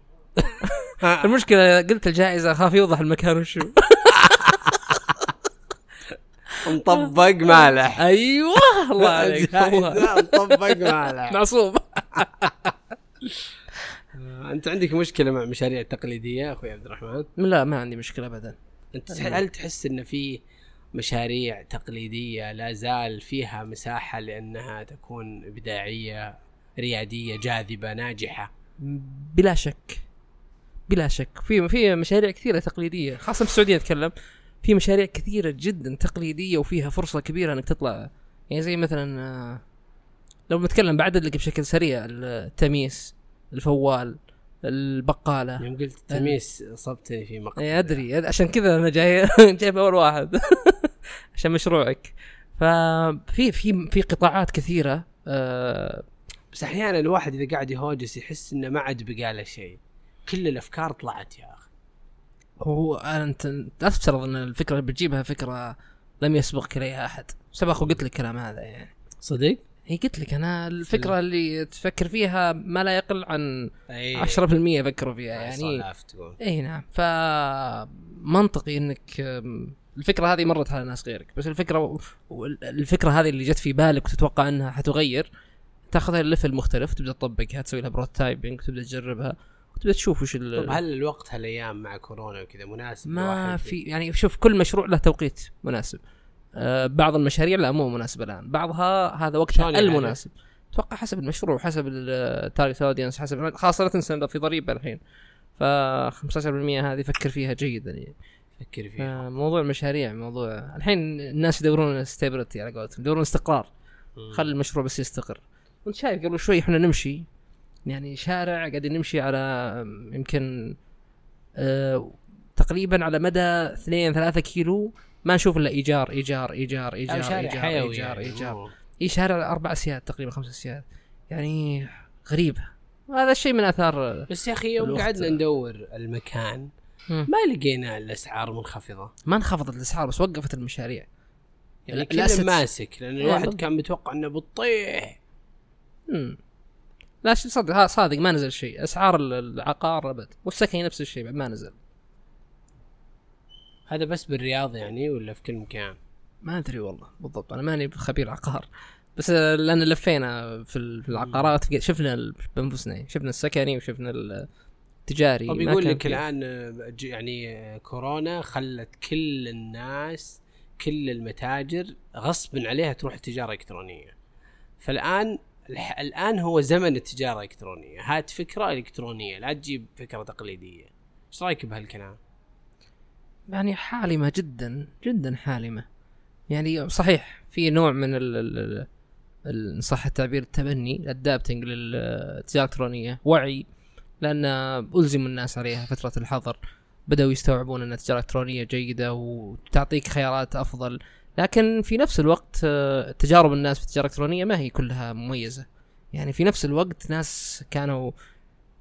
المشكله قلت الجائزه اخاف يوضح المكان وشو مطبق مالح ايوه الله عليك والله. جائزة مطبق مالح معصوب انت عندك مشكله مع المشاريع التقليديه اخوي عبد الرحمن لا ما عندي مشكله ابدا انت تح- هل تحس ان في مشاريع تقليديه لا زال فيها مساحه لانها تكون ابداعيه رياديه جاذبه ناجحه بلا شك بلا شك في في مشاريع كثيره تقليديه خاصه في السعوديه اتكلم في مشاريع كثيره جدا تقليديه وفيها فرصه كبيره انك تطلع يعني زي مثلا آه، لو بنتكلم بعدد لك بشكل سريع التميس الفوال البقاله يوم قلت تميس صبتني في مقطع إيه، ادري أد- عشان كذا انا جاي جايب اول واحد عشان مشروعك ففي في في قطاعات كثيره آه، بس احيانا الواحد اذا قاعد يهوجس يحس انه ما عاد بقى له شيء كل الافكار طلعت يا اخي هو انت لا تفترض ان الفكره اللي بتجيبها فكره لم يسبقك اليها احد سبق وقلت لك الكلام هذا يعني صدق؟ هي قلت لك انا الفكره اللي تفكر فيها ما لا يقل عن اي 10% فكروا فيها آه، يعني صلاف إيه، تقول اي نعم فمنطقي انك أم، الفكره هذه مرت على ناس غيرك بس الفكره و- و- الفكره هذه اللي جت في بالك وتتوقع انها حتغير تاخذها اللفه المختلف تبدا تطبقها تسوي لها بروتايبنج تبدا تجربها وتبدا تشوف وش ال- طب طيب، هل الوقت هالايام مع كورونا وكذا مناسب ما الواحد في يعني شوف كل مشروع له توقيت مناسب آه، بعض المشاريع لا مو مناسبة الآن بعضها هذا وقتها شلون يعني؟ المناسب اتوقع حسب المشروع حسب التارجت اودينس حسب خاصة لا تنسى إنه في ضريبة الحين ف 15% هذه فكر فيها جيدا يعني فكر فيه فموضوع المشاريع موضوع الحين الناس يدورون ستابيلتي على قولتهم يدورون استقرار مم. خلي المشروع بس يستقر وانت شايف قبل شوي احنا نمشي يعني شارع قاعدين نمشي على أم، يمكن اه تقريبا على مدى 2 3 كيلو ما نشوف الا ايجار ايجار ايجار أو ايجار شارع ايجار حيوي ايجار يعني. ايجار مو- اي شارع اربع اسياد تقريبا خمس اسياد يعني غريب هذا الشيء من اثار بس يا اخي يوم الوقت- قعدنا ندور المكان مم. ما لقينا الاسعار منخفضه ما انخفضت الاسعار بس وقفت المشاريع يعني ال- كله الأسد- ماسك لان إيه، الواحد بالضبط. كان متوقع انه بتطيح مم. لا شو صدق ها، صادق ما نزل شيء اسعار ال- العقار ابد والسكن نفس الشيء بعد ما نزل هذا بس بالرياض يعني ولا في كل مكان ما ادري والله بالضبط انا ماني خبير عقار بس آه، لان لفينا في ال- في العقارات شفنا ال- بانفسنا يعني. شفنا السكني وشفنا ال- التجاري طب إيه، ما يقول كان لك فيه. الان آه، ج- يعني آه، كورونا خلت كل الناس كل المتاجر غصب عليها تروح التجاره الالكترونيه فالان الح- الان هو زمن التجاره الالكترونيه هات فكره الكترونيه لا تجيب فكره تقليديه ايش رايك بهالكلام يعني حالمه جدا جدا حالمه يعني صحيح في نوع من ال ال- ال- ال- ان صح التعبير التبني الادابتنج للتجاره الالكترونيه وعي لان الزموا الناس عليها فتره الحظر بداوا يستوعبون ان التجاره الالكترونيه جيده وتعطيك خيارات افضل لكن في نفس الوقت آه، تجارب الناس في التجاره الالكترونيه ما هي كلها مميزه يعني في نفس الوقت ناس كانوا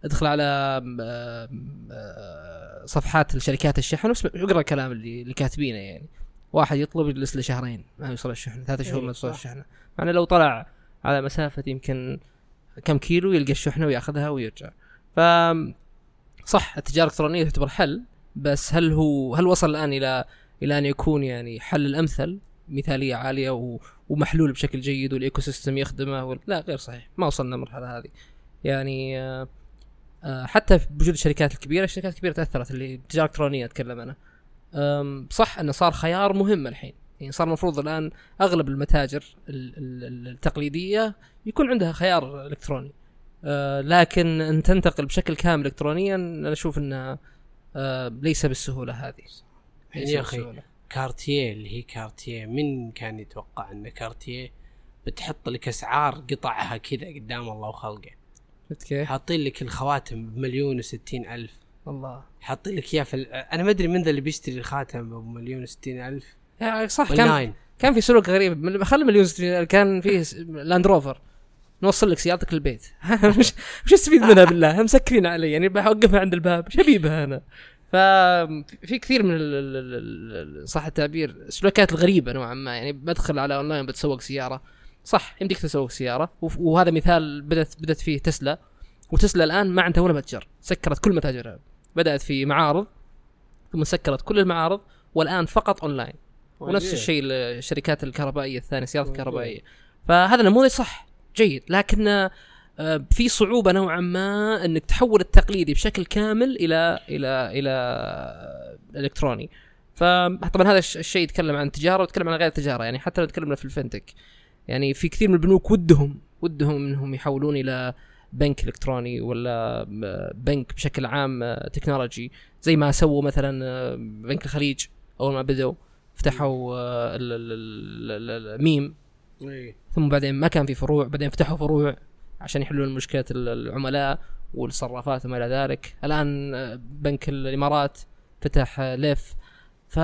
ادخل على آه، آه، صفحات الشركات الشحن واسمع اقرا الكلام اللي, اللي كاتبينه يعني واحد يطلب يجلس له شهرين ما يوصل الشحن ثلاثة شهور إيه، ما يوصل صح. الشحنه مع انه لو طلع على مسافه يمكن كم كيلو يلقى الشحنه وياخذها ويرجع ف صح التجاره الالكترونيه تعتبر حل بس هل هو هل وصل الان الى الى ان يكون يعني حل الامثل مثاليه عاليه و... ومحلول بشكل جيد والايكو سيستم يخدمه وال... لا غير صحيح ما وصلنا المرحله هذه يعني آه، آه، حتى بوجود الشركات الكبيره الشركات الكبيره تاثرت اللي التجاره الالكترونيه اتكلم انا أم، صح انه صار خيار مهم الحين يعني صار المفروض الان اغلب المتاجر ال- ال- التقليديه يكون عندها خيار الكتروني أه، لكن ان تنتقل بشكل كامل الكترونيا انا اشوف انه أه، ليس بالسهوله هذه يعني ليس يا أخي، بالسهولة. كارتيه اللي هي كارتيه من كان يتوقع ان كارتيه بتحط لك اسعار قطعها كذا قدام الله وخلقه شفت كيف؟ حاطين لك الخواتم بمليون وستين الف الله حاطين لك اياه في ال- انا ما ادري من ذا اللي بيشتري الخاتم بمليون وستين الف يعني صح كان اونلاين كان في سلوك غريب من- خلي مليون ستين- كان فيه س- لاند روفر نوصل لك سيارتك البيت مش مش استفيد منها بالله مسكرين علي يعني بوقفها عند الباب شبيبها انا ففي كثير من ال- ال- ال- ال- صح التعبير السلوكات الغريبه نوعا ما يعني بدخل على اونلاين بتسوق سياره صح يمديك تسوق سياره وف- وهذا مثال بدت بدت فيه تسلا وتسلا الان ما عندها ولا متجر سكرت كل متاجرها بدات في معارض ثم سكرت كل المعارض والان فقط اونلاين ونفس الشيء الشركات الكهربائيه الثانيه السيارات طيب. الكهربائيه فهذا نموذج صح جيد لكن آه، في صعوبه نوعا ما انك تحول التقليدي بشكل كامل الى الى الى آه، الكتروني فطبعا هذا الش- الشيء يتكلم عن تجاره ويتكلم عن غير التجاره يعني حتى لو تكلمنا في الفنتك يعني في كثير من البنوك ودهم ودهم انهم يحولون الى بنك الكتروني ولا آه، بنك بشكل عام آه، تكنولوجي زي ما سووا مثلا آه، بنك الخليج اول ما بدوا فتحوا آه، ال- ال- ال- ال- الميم إيه. ثم بعدين ما كان في فروع بعدين فتحوا فروع عشان يحلون مشكله ال- العملاء والصرافات وما الى ذلك الان آه، بنك الامارات فتح آه، ليف ف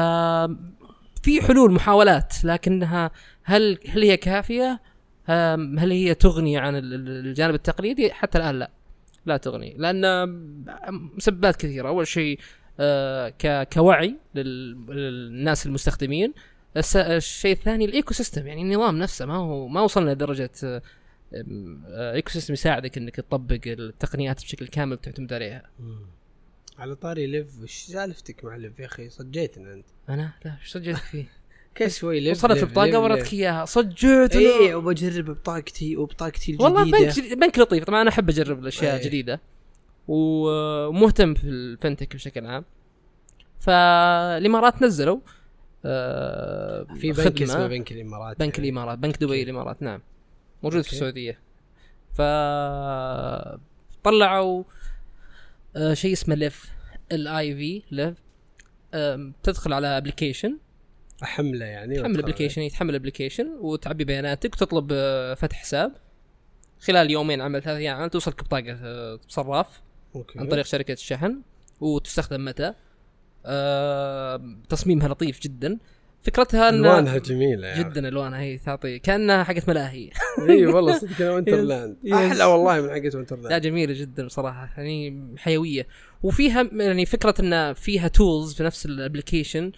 في حلول محاولات لكنها هل هل هي كافيه آم، هل هي تغني عن ال- ال- الجانب التقليدي حتى الان لا لا تغني لان آم، مسببات كثيره اول شيء آه، ك- كوعي لل- للناس المستخدمين الس- الشيء الثاني الايكو سيستم يعني النظام نفسه ما هو ما وصلنا لدرجه آه، آم، آه، ايكو سيستم يساعدك انك تطبق التقنيات بشكل كامل تعتمد عليها مم. على طاري ليف وش سالفتك مع ليف يا اخي صجيتنا انت انا لا ايش صجعت فيه كل شوي ليف وصلت ليف، البطاقه ليف، وردتك اياها إيه، صجعت أنا. اي وبجربه بطاقتي وبطاقتي الجديده والله بنك جديد- بنك لطيف طبعا انا احب اجرب الاشياء إيه. الجديده ومهتم في الفنتك بشكل عام فالامارات نزلوا آه، في بنك خدمة. اسمه بنك الامارات بنك الامارات بنك دبي أوكي. الامارات نعم موجود في أوكي. السعوديه ف طلعوا آه، شيء اسمه ليف الاي في ليف آم، تدخل على ابلكيشن احمله يعني تحمل وأدخل ابلكيشن يتحمل ابلكيشن وتعبي بياناتك وتطلب آه، فتح حساب خلال يومين عمل ثلاث ايام عمل توصلك بطاقه آه، صراف عليه. اوكي عن طريق شركه الشحن وتستخدم متى آه، تصميمها لطيف جدا فكرتها ان الوانها جميله يعني جدا جدا الوانها هي تعطي كانها حقت ملاهي اي والله صدق انا وينترلاند يس. احلى والله من حقت لا وينترلاند جميله جدا بصراحه يعني حيويه وفيها م- يعني فكره ان فيها تولز في نفس الابلكيشن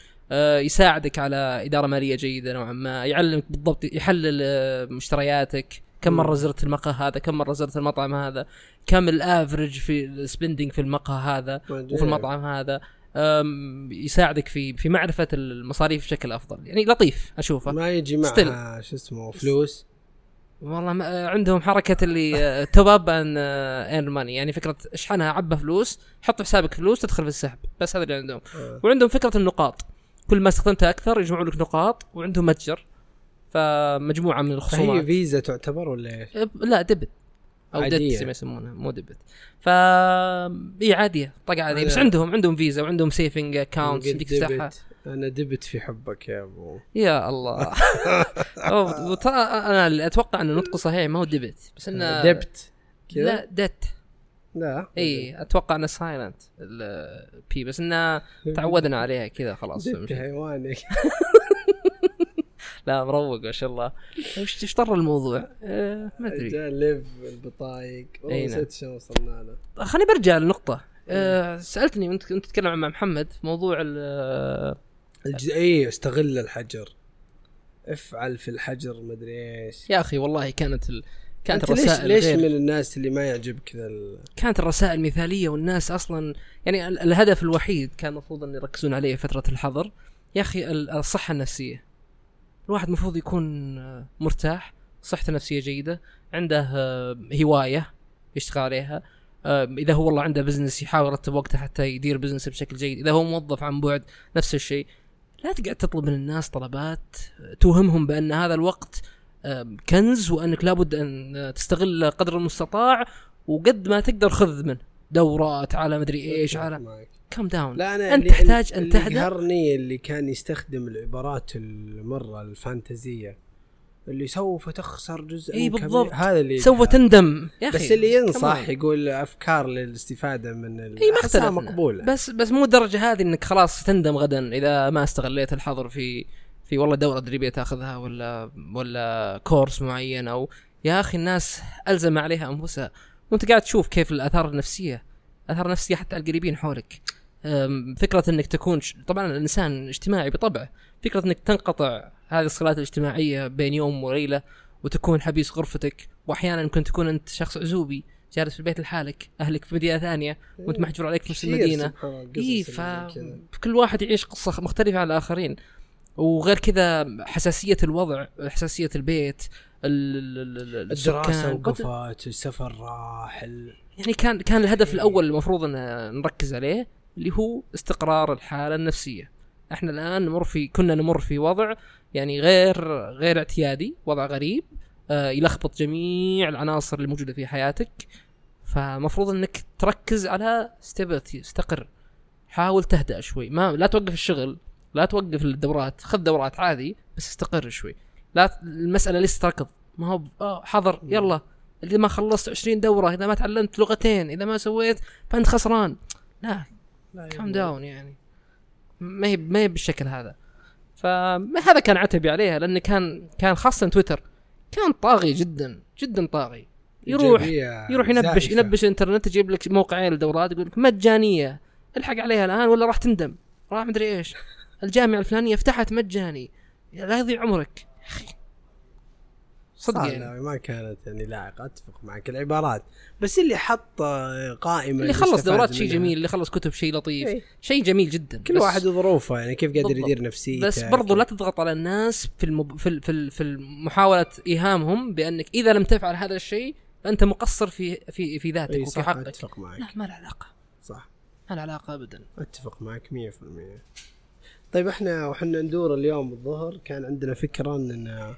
يساعدك على اداره ماليه جيده نوعا ما يعلمك بالضبط يحلل آه، مشترياتك كم مم. مره زرت المقهى هذا كم مره زرت المطعم هذا كم الافرج في السبندنج في المقهى هذا وفي المطعم هذا آم، يساعدك في في معرفه المصاريف بشكل افضل يعني لطيف اشوفه ما يجي معها شو اسمه فلوس والله ما عندهم حركه اللي آه، توب اب ان ايرن ماني يعني فكره اشحنها عبى فلوس حط في حسابك فلوس تدخل في السحب بس هذا اللي عندهم آه. وعندهم فكره النقاط كل ما استخدمتها اكثر يجمعوا لك نقاط وعندهم متجر فمجموعه من فهي الخصومات فيزا تعتبر ولا ايش؟ أب- لا دبت او عادية. ديت زي ما يسمونها مو دبت ف اي عاديه طاقه عاديه بس أنا- عندهم عندهم فيزا وعندهم سيفنج اكونت قد يمديك تفتحها دبت. انا دبت في حبك يا ابو يا الله أوه، وط- انا اللي اتوقع ان نطقه صحيح ما هو دبت بس انه دبت كذا؟ لا دت لا اي اتوقع انه سايلنت البي بس انه تعودنا عليها كذا خلاص دبت حيوانك لا مروق ما شاء الله وش وش طر الموضوع؟ آه، ما ادري جاء لف البطايق والله أي نعم. نسيت شلون وصلنا له خليني برجع للنقطة إيه. آه، سالتني وانت انت تتكلم مع محمد في موضوع ال- آه، الج... اي استغل الحجر افعل في الحجر مدري ايش يا اخي والله كانت ال... أنت كانت ليش الرسائل ليش غير- من الناس اللي ما يعجبك كذا ال- كانت الرسائل مثاليه والناس اصلا يعني ال- الهدف الوحيد كان المفروض ان يركزون عليه فتره الحظر يا اخي ال- الصحه النفسيه الواحد المفروض يكون آه، مرتاح صحته نفسيه جيده عنده آه، هوايه يشتغل عليها آه، اذا هو والله عنده بزنس يحاول يرتب وقته حتى يدير بزنسه بشكل جيد اذا هو موظف عن بعد نفس الشيء لا تقعد تطلب من الناس طلبات آه، توهمهم بان هذا الوقت آه، كنز وانك لابد ان آه، تستغله قدر المستطاع وقد ما تقدر خذ منه دورات على مدري ايش على معك. كم داون لا انا انت اللي- تحتاج ان اللي تهدأ يقهرني اللي كان يستخدم العبارات المره الفانتازيه اللي سوف تخسر جزء إي من كم- إيه، بالضبط. هذا اللي سوف تندم يا اخي بس اللي ينصح كمان. يقول افكار للاستفاده من ال- اي ما أحسها اختلفنا مقبوله بس بس مو الدرجه هذه انك خلاص تندم غدا اذا ما استغليت الحظر في في والله دوره تدريبيه تاخذها ولا ولا كورس معين او يا اخي الناس الزم عليها انفسها وانت قاعد تشوف كيف الاثار النفسيه اثار نفسيه حتى على القريبين حولك أم، فكره انك تكون ش- طبعا الانسان اجتماعي بطبعه فكره انك تنقطع هذه الصلات الاجتماعيه بين يوم وليله وتكون حبيس غرفتك واحيانا ممكن تكون انت شخص عزوبي جالس في البيت لحالك اهلك في مدينه ثانيه وانت محجور عليك في نفس كثير المدينه سبحان الله قصص اي اللي ف زي كذا. كل واحد يعيش قصه مختلفه عن الاخرين وغير كذا حساسيه الوضع حساسيه البيت ال- ال- ال- ال- الدراسه السكان. وقفت السفر راح ال- يعني كان كان الهدف الاول المفروض ان نركز عليه اللي هو استقرار الحاله النفسيه احنا الان نمر في كنا نمر في وضع يعني غير غير اعتيادي وضع غريب آه يلخبط جميع العناصر اللي موجوده في حياتك فمفروض انك تركز على ستابيلتي استقر حاول تهدأ شوي ما لا توقف الشغل لا توقف الدورات خذ دورات عادي بس استقر شوي لا المساله لسه تركض ما هو ب- آه، حضر يلا اذا ما خلصت 20 دوره اذا ما تعلمت لغتين اذا ما سويت فانت خسران لا لا كام داون يعني ما هي ما هي بالشكل هذا فهذا كان عتبي عليها لان كان كان خاصه تويتر كان طاغي جدا جدا طاغي يروح إيجابية يروح ينبش زائفة. ينبش الانترنت يجيب لك موقعين لدورات يقول لك مجانيه الحق عليها الان ولا راح تندم راح مدري ايش الجامعه الفلانيه فتحت مجاني لا يضيع عمرك يا اخي صدق صح، يعني لا، ما كانت يعني لاعقه اتفق معك العبارات بس اللي حط آه، قائمه اللي خلص استفاد دورات شيء منها. جميل اللي خلص كتب شيء لطيف إيه. شيء جميل جدا كل بس- واحد وظروفه يعني كيف قادر بالضبط. يدير نفسيته بس برضو لا تضغط على الناس في المب... في ال- في ال- في محاوله ايهامهم بانك اذا لم تفعل هذا الشيء فانت مقصر في في في ذاتك إيه، وفي صح حقك اتفق معك لا ما له علاقه صح ما له علاقه ابدا اتفق معك 100% طيب احنا وحنا ندور اليوم الظهر كان عندنا فكره اننا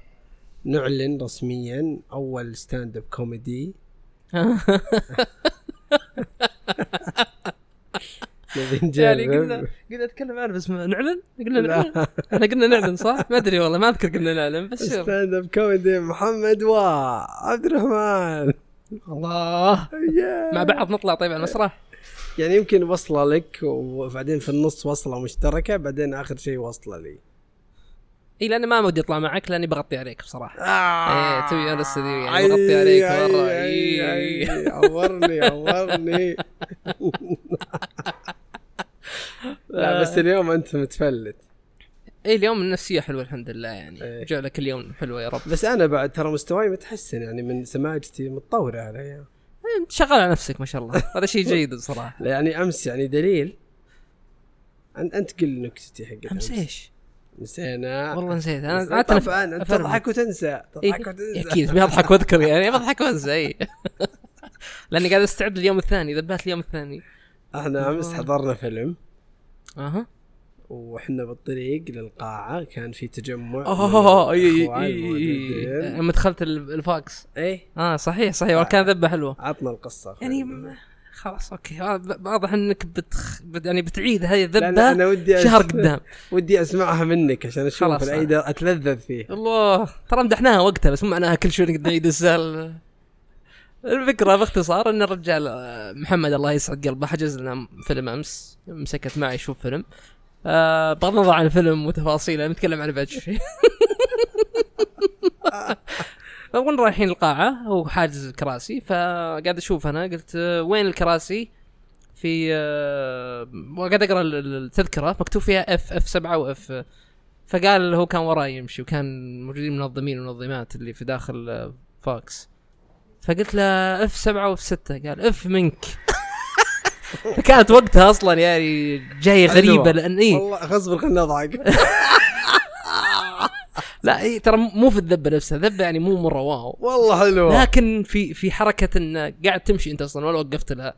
نعلن رسميا اول ستاند اب كوميدي نبي يعني نجرب قلنا قلنا اتكلم عنه بس ما نعلن قلنا نعلن لا احنا قلنا نعلن صح ما ادري والله ما اذكر قلنا نعلن بس يلا. ستاند اب كوميدي محمد وعبد الرحمن الله Yeah. مع بعض نطلع طيب على المسرح يعني يمكن وصله لك وبعدين في النص وصله مشتركه بعدين اخر شيء وصله لي اي لان ما ودي اطلع معك لاني بغطي عليك بصراحه ايه إيه، to be honest with you، يعني بغطي عليك مرة، إيه. عورني عورني لا بس اليوم انت متفلت اي اليوم النفسيه حلوه الحمد لله يعني إيه. جعلك اليوم حلوه يا رب بس انا بعد ترى مستواي متحسن يعني من سماجتي متطوره علي انت شغال على نفسك ما شاء الله هذا شيء جيد بصراحه يعني امس يعني دليل انت انت قل نكتتي حقت امس ايش؟ نسينا والله نسيت آه. بس انا طبعاً، أتنف- انت أفرمك. تضحك وتنسى إيه، تضحك وتنسى اكيد بضحك واذكر يعني بضحك وانسى اي لاني قاعد استعد اليوم الثاني ذبات اليوم الثاني احنا امس حضرنا فيلم اها واحنا بالطريق للقاعه كان في تجمع من اوه اي اي الأخوة اي الموجودين. لما دخلت ال- الفاكس ايه اه صحيح صحيح وكان ذبه حلوه عطنا القصه يعني خلينا. م- خلاص اوكي آه، ب- واضح انك بتخ... بت... يعني بتعيد هذه لا لا الذبه انا ودي أس- شهر قدام ودي اسمعها منك عشان خلاص اشوف العيد اتلذذ فيه الله ترى مدحناها وقتها بس مو معناها كل شوي نقدر نعيد السالفه الفكره باختصار ان الرجال آه، محمد الله يسعد قلبه حجز لنا فيلم امس مسكت معي يشوف فيلم آه بغض النظر عن الفيلم وتفاصيله نتكلم عن بعد شوي فون رايحين القاعه هو حاجز الكراسي فقاعد اشوف انا قلت آه، وين الكراسي في آه، وقاعد اقرا ال- ال- التذكره مكتوب فيها اف اف 7 واف فقال هو كان وراي يمشي وكان موجودين منظمين ومنظمات اللي في داخل آه، فاكس فقلت له اف سبعة واف ستة قال اف منك فكانت وقتها اصلا يعني جايه غريبه حلوة. لان ايه والله غصب خلنا نضحك لا إيه ترى مو في الذبه نفسها الذبه يعني مو مره واو والله حلوه لكن في في حركه ان قاعد تمشي انت اصلا ولا وقفت لها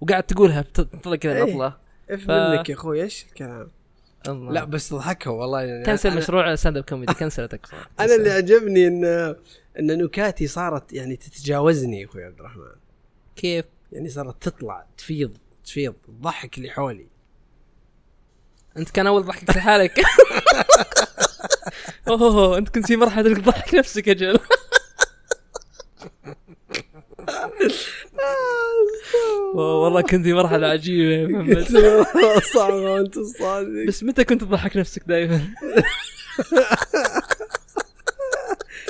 وقاعد تقولها بتطلع كذا إيه. نطله اف ف- منك يا اخوي ايش الكلام الله. لا بس ضحكها والله يعني كنسل أنا, مشروع ستاند اب كوميدي كنسلتك انا اللي عجبني ان ان نكاتي صارت يعني تتجاوزني يا اخوي عبد الرحمن كيف يعني صارت تطلع تفيض تفيض الضحك اللي حولي انت كان اول ضحكك لحالك اوه انت كنت في مرحله انك تضحك نفسك اجل آه، أوه، والله كنت في مرحله عجيبه يا محمد قلت له والله صعبه وانت صادق بس متى كنت تضحك نفسك دائما؟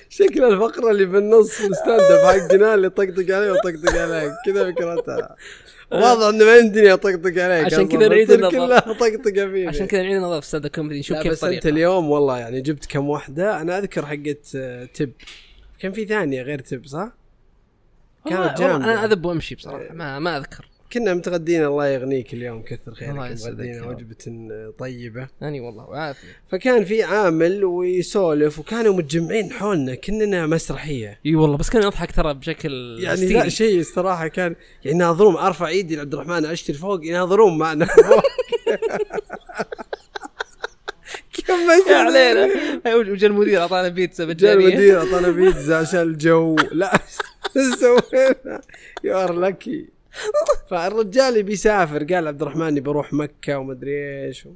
شكل الفقرة اللي بالنص الستاند اب حقنا اللي طقطق علي وطقطق عليك كذا فكرتها واضح انه ما يمديني اطقطق عليك أه. عشان أصلاً، كذا نعيد الفيلم النظر. كلها طقطقة فيني عشان كذا نعيد نظر في ستاند اب كوميدي نشوف لا كيف بس انت طريقة. اليوم والله يعني جبت كم واحدة انا اذكر حقت آه، تب كان إيه. في ثانية غير تب صح؟ كانت والله- والله جامدة. انا اذب وامشي بصراحه ما ما اذكر كنا متغدين الله يغنيك اليوم كثر الله خيرك يسعدك يا متغدينا رب. وجبة آه، طيبة اني يعني والله وعافيه فكان في عامل ويسولف وكانوا متجمعين حولنا كأننا مسرحية اي والله بس كان اضحك ترى بشكل يعني هستيري. لا شيء الصراحة كان يعني يناظرون ارفع ايدي لعبد الرحمن اشتري فوق يناظرون معنا كم يا مشهد علينا وجا المدير اعطانا بيتزا جاء مجانيه المدير اعطانا بيتزا عشان الجو لا ايش سوينا يو ار لكي فالرجال يبي يسافر قال عبد الرحمن يبي اروح مكه ومدري ايش و...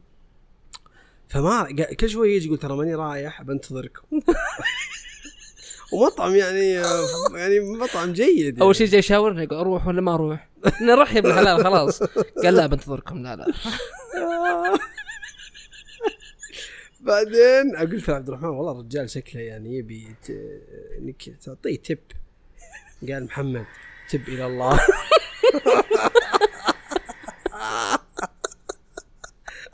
فما قا- كل شوي يجي يقول ترى ماني رايح بنتظركم ومطعم يعني يعني مطعم جيد يعني. اول شيء جاي يشاورنا يقول اروح ولا ما اروح؟ نروح يا ابن الحلال خلاص قال لا بنتظركم لا لا بعدين اقول في عبد الرحمن والله الرجال شكله يعني يبي ت... انك تعطيه تب قال محمد تب الى الله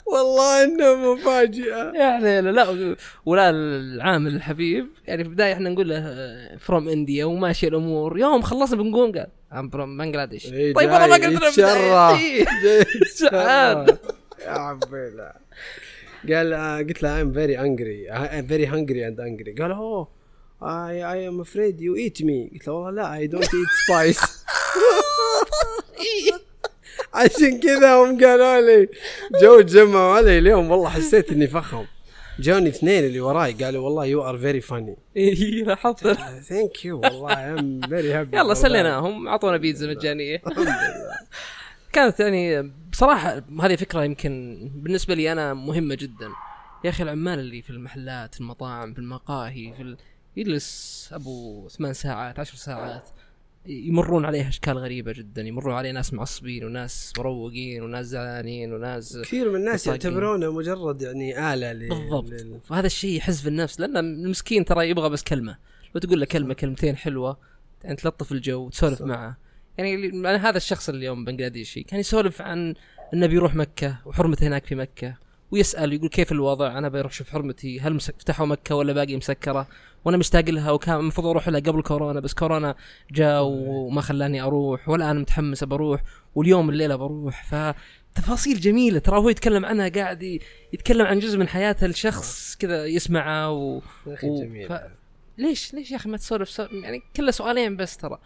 والله انه مفاجئه يا علينا يعني لا ولا العامل الحبيب يعني في البدايه احنا نقول له فروم انديا وماشي الامور يوم خلصنا بنقوم قال ام فروم بنجلاديش إيه، طيب والله ما جاي قلت له يتشرف. جاي يتشرف. جعان. يا عبيله قال آه، قلت له I'm very angry I'm very hungry and angry قال اوه I, I am afraid you eat me قلت له والله لا I don't eat spice عشان كذا هم قالوا لي جو تجمعوا علي اليوم والله حسيت اني فخم جوني اثنين اللي وراي قالوا والله يو ار فيري فاني إيه، لاحظت ثانك يو والله ام فيري هابي يلا سليناهم اعطونا بيتزا مجانيه كانت يعني بصراحه هذه فكره يمكن بالنسبه لي انا مهمه جدا يا اخي العمال اللي في المحلات في المطاعم في المقاهي في ال... يجلس ابو ثمان ساعات عشر ساعات يمرون عليه اشكال غريبه جدا يمرون عليه ناس معصبين وناس مروقين وناس زعلانين وناس كثير من الناس متضايقين. يعتبرونه مجرد يعني اله لل- لل- بالضبط فهذا الشيء يحز في النفس لان المسكين ترى يبغى بس كلمه لو تقول له كلمه كلمتين حلوه يعني تلطف الجو تسولف معه يعني اللي- أنا هذا الشخص اليوم بنغلاديشي كان يسولف عن انه بيروح مكه وحرمته هناك في مكه ويسال يقول كيف الوضع انا بروح اشوف حرمتي هل مس- فتحوا مكه ولا باقي مسكره وانا مشتاق لها وكان المفروض اروح لها قبل كورونا بس كورونا جاء وما خلاني اروح والان متحمس بروح واليوم الليله بروح ف تفاصيل جميله ترى هو يتكلم عنها قاعد ي- يتكلم عن جزء من حياته آه. الشخص كذا يسمعه و... يا أخي و- جميل. ف- ليش ليش يا اخي ما تسولف سو- يعني كله سؤالين بس ترى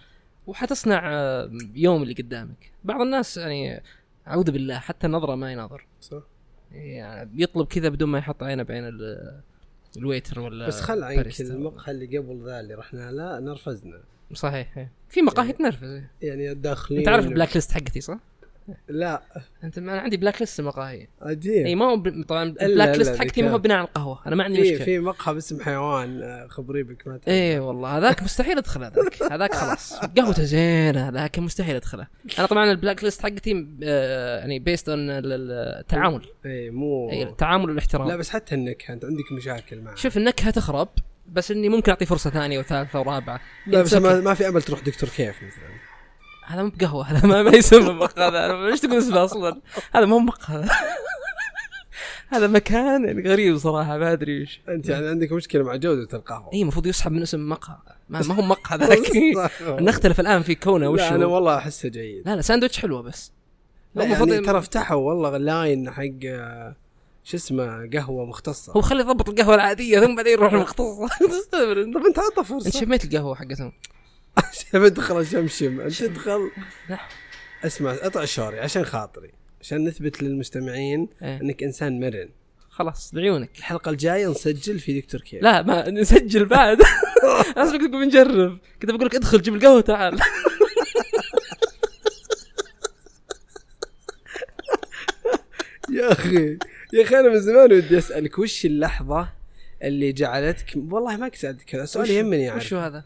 وحتصنع آه، يوم اللي قدامك بعض الناس يعني اعوذ بالله حتى نظره ما يناظر صح. يعني بيطلب كذا بدون ما يحط عينه بعين ال- الويتر ولا بس خل عنك باريستا. المقهى اللي قبل ذا اللي رحنا لا نرفزنا صحيح إيه. في مقاهي تنرفز إيه. يعني الداخلين انت عارف البلاك ليست حقتي صح؟ لا انت ما انا عندي بلاك ليست المقاهي عجيب اي إيه، ما هو ب... طبعا إيه. إلا- إلا البلاك ليست حقتي ما هو ذكاء. إيه، بناء على القهوه انا ما عندي في مشكله في مقهى باسم حيوان آه، خبريبك ما تعرف. ايه والله هذاك مستحيل ادخل هذاك هذاك خلاص قهوته زينه لكن مستحيل ادخله انا طبعا البلاك ليست حقتي آه، يعني بيست اون التعامل اي إيه، مو أي، التعامل لا والاحترام بس حتى النكهه انت عندك مشاكل معها شوف النكهه تخرب بس اني ممكن اعطيه فرصه ثانيه وثالثه ورابعه لا It's بس ما, okay. ما في امل تروح دكتور كيف مثلا هذا مو بقهوه هذا ما, ما يسمى مقهى هذا ليش تقول اسمه اصلا؟ هذا مو مقهى هذا مكان يعني غريب صراحه ما ادري ايش انت يعني عندك مشكله مع جوده القهوه اي المفروض يسحب من اسم مقهى ما, ما هو مقهى ذاك أستغفر. نختلف الان في كونه وش لا انا هو. والله احسه جيد لا لا ساندويتش حلوه بس لا المفروض يعني إن- ترى فتحوا والله لاين حق آه، شو اسمه قهوه هو مختصه خلي يضبط القهوه العاديه ثم بعدين يروح المختص آه. تستمر انت طب انت عطى انت فرصه شميت القهوه حقتهم ادخل شمشم انت ادخل لا. اسمع اطع شوري عشان خاطري عشان نثبت للمستمعين إيه. انك انسان مرن خلاص لعيونك الحلقه الجايه نسجل في دكتور كيف لا ما نسجل بعد لازم تقول بنجرب كنت بقول لك ادخل جيب القهوه تعال يا اخي يا اخي انا من زمان ودي اسالك وش اللحظه اللي جعلتك والله ما كنت اسالك هذا سؤال وش- يهمني يعني وشو هذا؟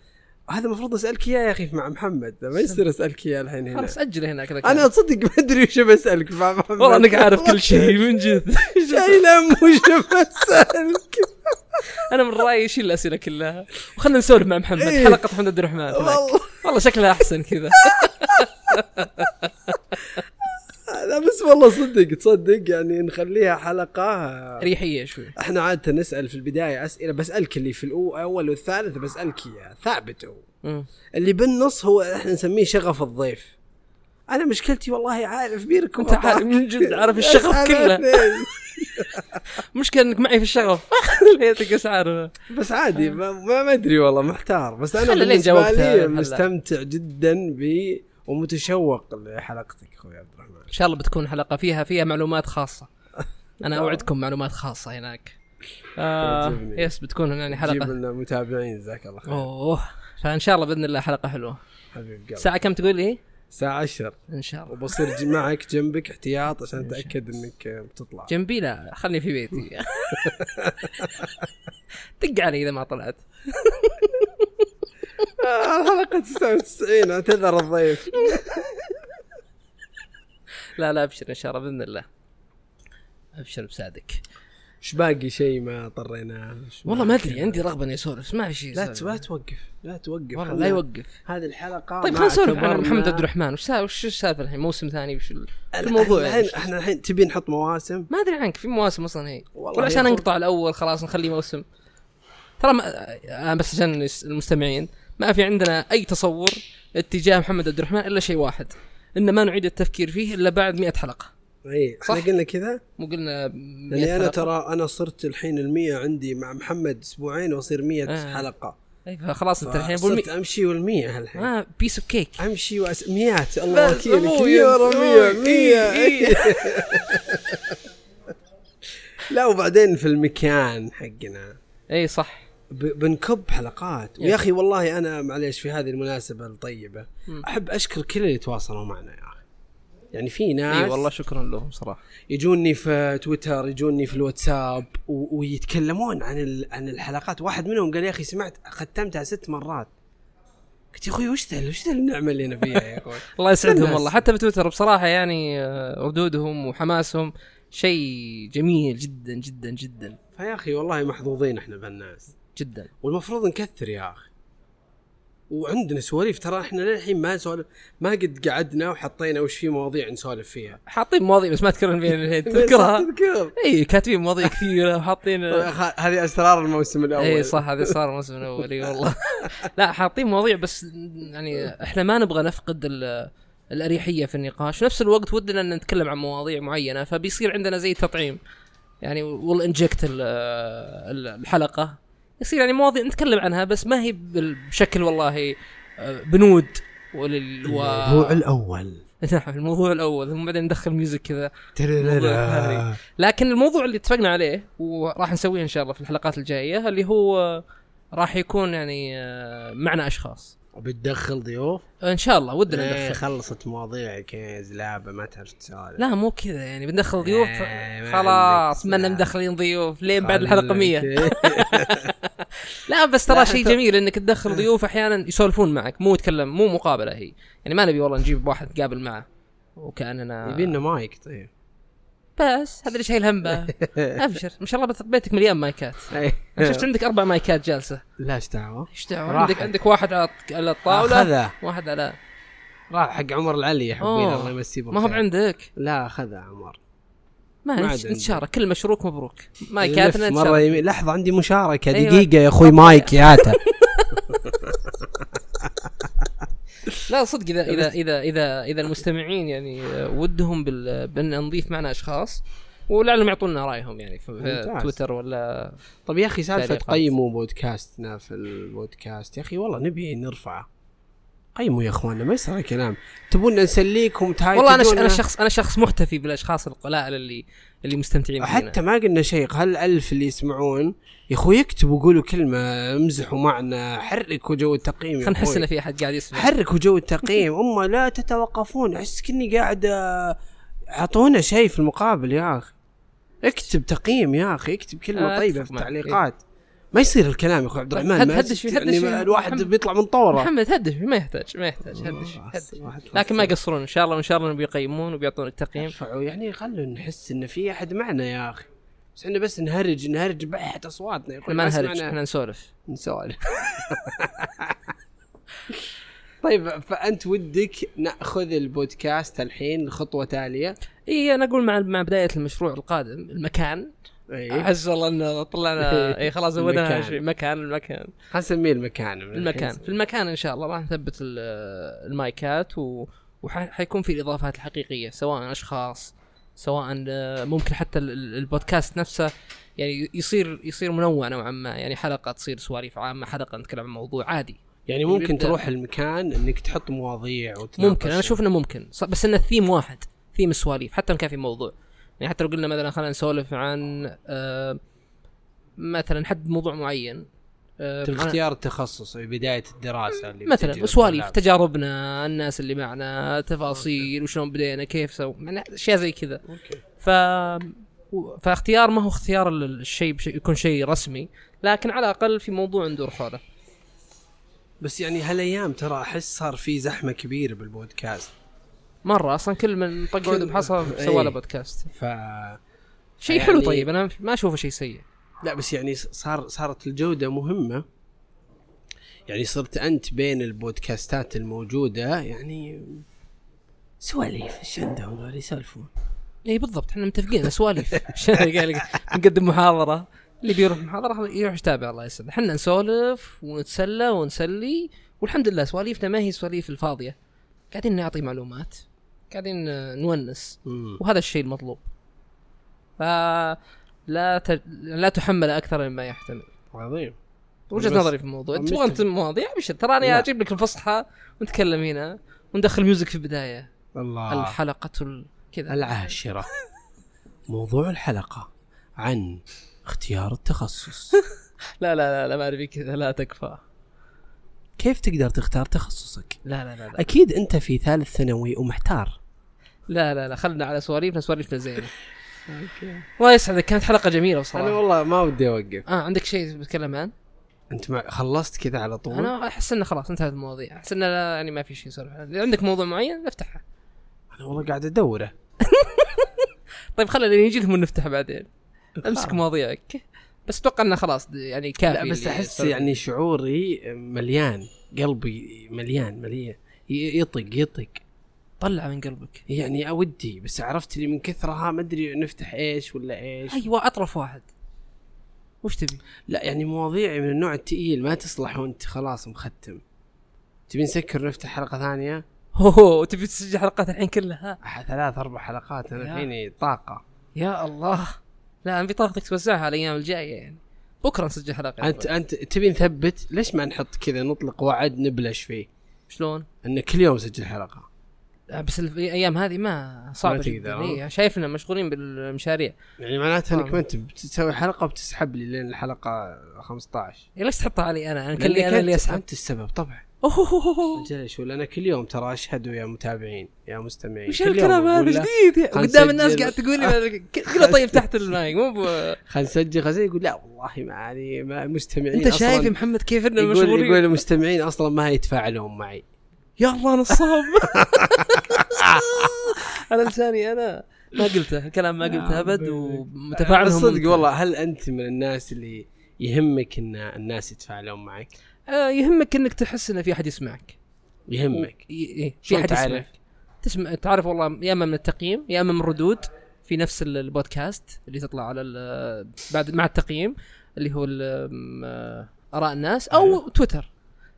هذا المفروض اسالك اياه يا اخي مع محمد ما يصير اسالك اياه الحين هنا خلاص سجل هناك إذا كان. انا صدق ما ادري وش بسالك مع محمد والله انك عارف كل شيء من جد شايل هم وش بسالك انا من رايي شيل الاسئله كلها وخلنا نسولف مع محمد إيه. حلقه محمد عبد الرحمن هناك. والله والله شكلها احسن كذا لا بس والله صدق تصدق يعني نخليها حلقه ريحيه شوي احنا عاده نسال في البدايه اسئله بسالك اللي في الاول والثالث بسالك اياه ثابت هو مم. اللي بالنص هو احنا نسميه شغف الضيف انا مشكلتي والله عارف بيرك أنت عارف- من جد عارف الشغف كله. مشكلة انك معي في الشغف ليتك اسعار بس عادي ما, ما ما ادري والله محتار بس انا آه. خلي لي بالنسبه جاوبتها لي هلا. مستمتع جدا ب ومتشوق لحلقتك اخوي عبد الرحمن ان شاء الله بتكون حلقة فيها فيها معلومات خاصة آه. انا اوعدكم معلومات خاصة هناك آه تعجبني. يس بتكون هناني جيب حلقة لنا متابعين جزاك الله خير اوه فان شاء الله باذن الله حلقة حلوة حبيب قلبي الساعة كم تقول لي؟ الساعه 10 ان شاء الله وبصير ج- معك جنبك احتياط عشان اتاكد انك بتطلع جنبي لا خلني في بيتي دق علي اذا ما طلعت آه، الحلقه 99 اعتذر الضيف لا لا ابشر ان شاء الله باذن الله ابشر بسعدك ايش باقي شيء ما طريناه إيش والله ما ادري عندي رغبه اني اسولف ما في شيء لا أسولف. ت- لا توقف لا توقف والله خلنا- لا يوقف هذه الحلقه طيب ما خلينا نسولف عن اعتبرنا- محمد عبد الرحمن وش سا- وش السالفه الحين موسم ثاني وش ال- الموضوع الموضوع يعني. الحين احنا الحين تبي نحط مواسم ما ادري عنك في مواسم اصلا هي والله ولا عشان يا أخو- انقطع الاول خلاص نخليه موسم ترى ما آه، بس عشان الس- المستمعين ما في عندنا اي تصور اتجاه محمد عبد الرحمن الا شيء واحد ان ما نعيد التفكير فيه الا بعد 100 حلقه اي صح؟ احنا قلنا كذا مو قلنا 100 لاني انا حلقة. ترى انا صرت الحين المية عندي مع محمد اسبوعين واصير مية آه. حلقه أيوة، خلاص انت الحين بقول آه، صرت امشي والمية هالحين ما بيس اوف كيك امشي وأس... ميات الله بس وكيلك أبوي، مية ورا مية أبوي، مية إي، إي. لا وبعدين في المكان حقنا اي إيه، صح ب... بنكب حلقات ويا اخي والله انا معليش في هذه المناسبه الطيبه احب اشكر كل اللي تواصلوا معنا يا اخي يعني في ناس اي إيه، والله شكرا لهم صراحه يجوني في تويتر يجوني في الواتساب و... ويتكلمون عن ال... عن الحلقات واحد منهم قال يا اخي سمعت ختمتها ست مرات قلت يا اخوي وش ذا وش ذا النعمه اللي انا فيها يا اخوي الله يسعدهم للناس. والله حتى في تويتر بصراحه يعني آه، ردودهم وحماسهم شيء جميل جدا جدا جدا فيا اخي والله محظوظين احنا بالناس جدا والمفروض نكثر يا اخي وعندنا سواليف ترى احنا للحين ما سوالف ما قد قعدنا وحطينا وش في مواضيع نسولف فيها حاطين مواضيع بس ما تذكرن فيها الحين تذكرها تذكر اي كاتبين مواضيع كثيره وحاطين خ- هذه اسرار الموسم الاول اي إيه، صح هذا صار الموسم الاول اي والله لا حاطين مواضيع بس يعني احنا ما نبغى نفقد ال- الاريحيه في النقاش نفس الوقت ودنا ان نتكلم عن مواضيع معينه فبيصير عندنا زي تطعيم يعني وال انجكت الحلقه يصير يعني مواضيع نتكلم عنها بس ما هي بال- بشكل والله آه، بنود ولل و... الموضوع الاول نعم الموضوع الاول ثم بعدين ندخل ميوزك كذا تررررا. لكن الموضوع اللي اتفقنا عليه وراح نسويه ان شاء الله في الحلقات الجايه اللي هو راح يكون يعني آه، معنا اشخاص وبتدخل ضيوف ان شاء الله ودنا إيه، ندخل خلصت مواضيعك يا زلابه ما تعرف تسولف لا مو كذا يعني بندخل ضيوف إيه، ما خلاص عندك. منا مدخلين ضيوف لين بعد الحلقه خلك. 100 لا بس ترى لا، إيه. شيء ترى- جميل انك تدخل ضيوف احيانا يسولفون معك مو يتكلم مو مقابله هي يعني ما نبي والله نجيب واحد نتقابل معه وكاننا يبينا مايك طيب بس هذا اللي شايل همه ابشر ما شاء الله بت- بيتك مليان مايكات أنا إيه. شفت عندك اربع مايكات جالسه لا ايش دعوه ايش دعوه راحت. عندك عندك واحد على الط- على الطاوله خذه واحد على راح حق عمر العلي يا حبيبي أوه. الله يمسيه بالخير ما هو بعندك لا خذه عمر ما ما عاد عندي. نتشارك كل مشروك مبروك لف مايكاتنا مره نتشارك يمين لحظه عندي مشاركه أيوة. دقيقه يا اخوي مايك يا عتا لا صدق اذا اذا اذا اذا اذا المستمعين يعني آه، ودهم بال... بان نضيف معنا اشخاص ولعلهم يعطونا رايهم يعني في في ممتاز. تويتر ولا طب يا اخي سالفه تعريف قيموا بودكاستنا في البودكاست يا اخي والله نبي نرفعه قيموا يا اخواننا ما يصير كلام تبون نسليكم تهايتجونا والله انا ش... انا شخص انا شخص محتفي بالاشخاص القلائل اللي اللي مستمتعين فينا حتى ما قلنا شيء هل الألف اللي يسمعون يا اخوي اكتبوا قولوا كلمه امزحوا معنا حركوا جو التقييم يا خلينا نحس اخوي ان في احد قاعد يسمع حركوا جو التقييم اما لا تتوقفون احس كني قاعد آه، اعطونا شيء في المقابل يا اخي اكتب تقييم يا اخي اكتب كلمه آه، طيبه أتفق في معك، التعليقات ما يصير الكلام يا اخوي عبد طيب، الرحمن هد- ما هدش فيه، يعني هدش فيه. الواحد محمد. بيطلع من طوره محمد هدش ما يحتاج ما يحتاج هدش والله هدش أحسن واحد لكن ما يقصرون ان شاء الله وان شاء الله بيقيمون وبيعطونك تقييم يرفعوا يعني خلوا نحس ان في احد معنا يا اخي بس احنا بس نهرج نهرج بحت اصواتنا يا احنا اخوي ما نهرج سمعنا احنا نسولف نسولف طيب فانت ودك ناخذ البودكاست الحين خطوه تاليه اي انا اقول مع مع بدايه المشروع القادم المكان إيه. احس والله انه طلعنا اي خلاص زودنا المكان. شيء مكان المكان حنسميه المكان من المكان الحين. في المكان ان شاء الله راح نثبت ال- المايكات و... وحيكون في الاضافات الحقيقيه سواء اشخاص سواء آه، ممكن حتى ال- ال- البودكاست نفسه يعني يصير يصير منوع نوعا ما يعني حلقه تصير سواليف عامه حلقه نتكلم عن موضوع عادي يعني ممكن يبدأ. تروح المكان انك تحط مواضيع وتناقش. ممكن انا اشوف انه ممكن ص- بس ان الثيم واحد ثيم السواليف حتى ان كان في موضوع يعني حتى لو قلنا مثلا خلينا نسولف عن آه مثلا حد موضوع معين آه في اختيار التخصص في بدايه الدراسه اللي بتجي مثلا سواليف للطلاب. تجاربنا الناس اللي معنا تفاصيل وشلون بدينا كيف سو يعني اشياء زي كذا أوكي. ف و- فاختيار ما هو اختيار ال- الشيء بشيء يكون شيء رسمي لكن على الاقل في موضوع ندور حوله بس يعني هالايام ترى احس صار في زحمه كبيره بالبودكاست مره اصلا كل من طق كل- عود بحصه سوى له إيه. بودكاست ف شيء يعني- حلو طيب انا ما اشوفه شيء سيء لا بس يعني صار صارت الجوده مهمه يعني صرت انت بين البودكاستات الموجوده يعني سواليف ايش عندهم ذول يسولفون اي إيه، بالضبط احنا متفقين سواليف عشان قال لك نقدم محاضره اللي بيروح محاضره يروح يتابع الله يسلمك احنا نسولف ونتسلى ونسلي والحمد لله سواليفنا ما هي سواليف الفاضيه قاعدين نعطي معلومات قاعدين آه، نونس وهذا الشيء المطلوب ف لا ت... لا تحمل اكثر مما يحتمل عظيم وجهه بس- نظري في الموضوع انت تبغى متفق. انت مواضيع ابشر تراني لا. اجيب لك الفصحى ونتكلم هنا وندخل ميوزك في البدايه آه. الله الحلقه ال... كذا العاشرة موضوع الحلقة عن اختيار التخصص لا لا لا لا ما أدري كذا لا تكفى كيف تقدر تختار تخصصك لا لا لا لا أكيد أنت في ثالث ثانوي ومحتار لا لا, لا خلنا على سواليفنا سواليفنا زينه الله يسعدك كانت حلقه جميله أنا بصراحه والله ما ودي أوقف اه عندك شيء بتتكلم عن؟ أنت ما خلصت كذا على طول انا احس انه خلاص انتهت المواضيع احس انه لا- يعني ما في شيء نسولف عنه. إذا عندك موضوع معين نفتحه أنا والله قاعد أدوره طيب خلينا يجيكم نفتح بعدين امسك مواضيعك بس اتوقع انه خلاص يعني كافي لا بس اللي أحس نسولف. يعني شعوري مليان قلبي مليان مليان ي- يطق يطق طلع من قلبك يعني أودي بس عرفت لي من كثرها ما أدري نفتح إيش ولا إيش ايوه اطرف واحد وش تبي؟ لا يعني مواضيعي من النوع التقيل ما تصلح وانت خلاص مختم تبي نسكر نفتح حلقه ثانيه اوه تبي تسجل حلقات الحين كلها أح- ثلاث اربع حلقات انا لا. فيني طاقه يا الله لا انا بطاقتك توزعها الايام الجايه يعني بكره نسجل حلقه انت انت تبي نثبت ليش ما نحط كذا نطلق وعد نبلش فيه شلون؟ ان كل يوم نسجل حلقه آه، بس الف- الايام هذه ما صعبه ما تقدر، جدا ها؟ إيه، شايفنا مشغولين بالمشاريع يعني معناته انك طبعاً. ما انت بتسوي حلقه وبتسحب لي لين الحلقه 15 إيه، ليش تحطها علي انا؟ انا كل لأنك انا اللي أنت- اسحب انت السبب طبعا اوه ليش ولا انا كل يوم ترى اشهد يا متابعين يا مستمعين وش كل يوم هالكلام أقول له، هذا جديد يا- خلنا قدام الناس نسجل. قاعد تقول لي كله طيب تحت المايك مو ب- خلينا نسجل خلينا يقول لا والله ما يعني ما مستمعين انت شايف أصلاً يا محمد كيف اننا يقول يقول مشغولين المستمعين اصلا ما يتفاعلون معي يا الله نصاب انا لساني انا ما قلته كلام ما قلته ابد ومتفاعل بس صدق والله هل انت من الناس اللي يهمك ان الناس يتفاعلون معك؟ آه، يهمك انك تحس ان في احد يسمعك يهمك ي- إيه، في شلون احد تعرف؟ يسمعك تسمع تعرف والله يا اما من التقييم يا اما من ردود في نفس ال- البودكاست اللي تطلع على ال- بعد مع التقييم اللي هو ال- م- آه، اراء الناس او تويتر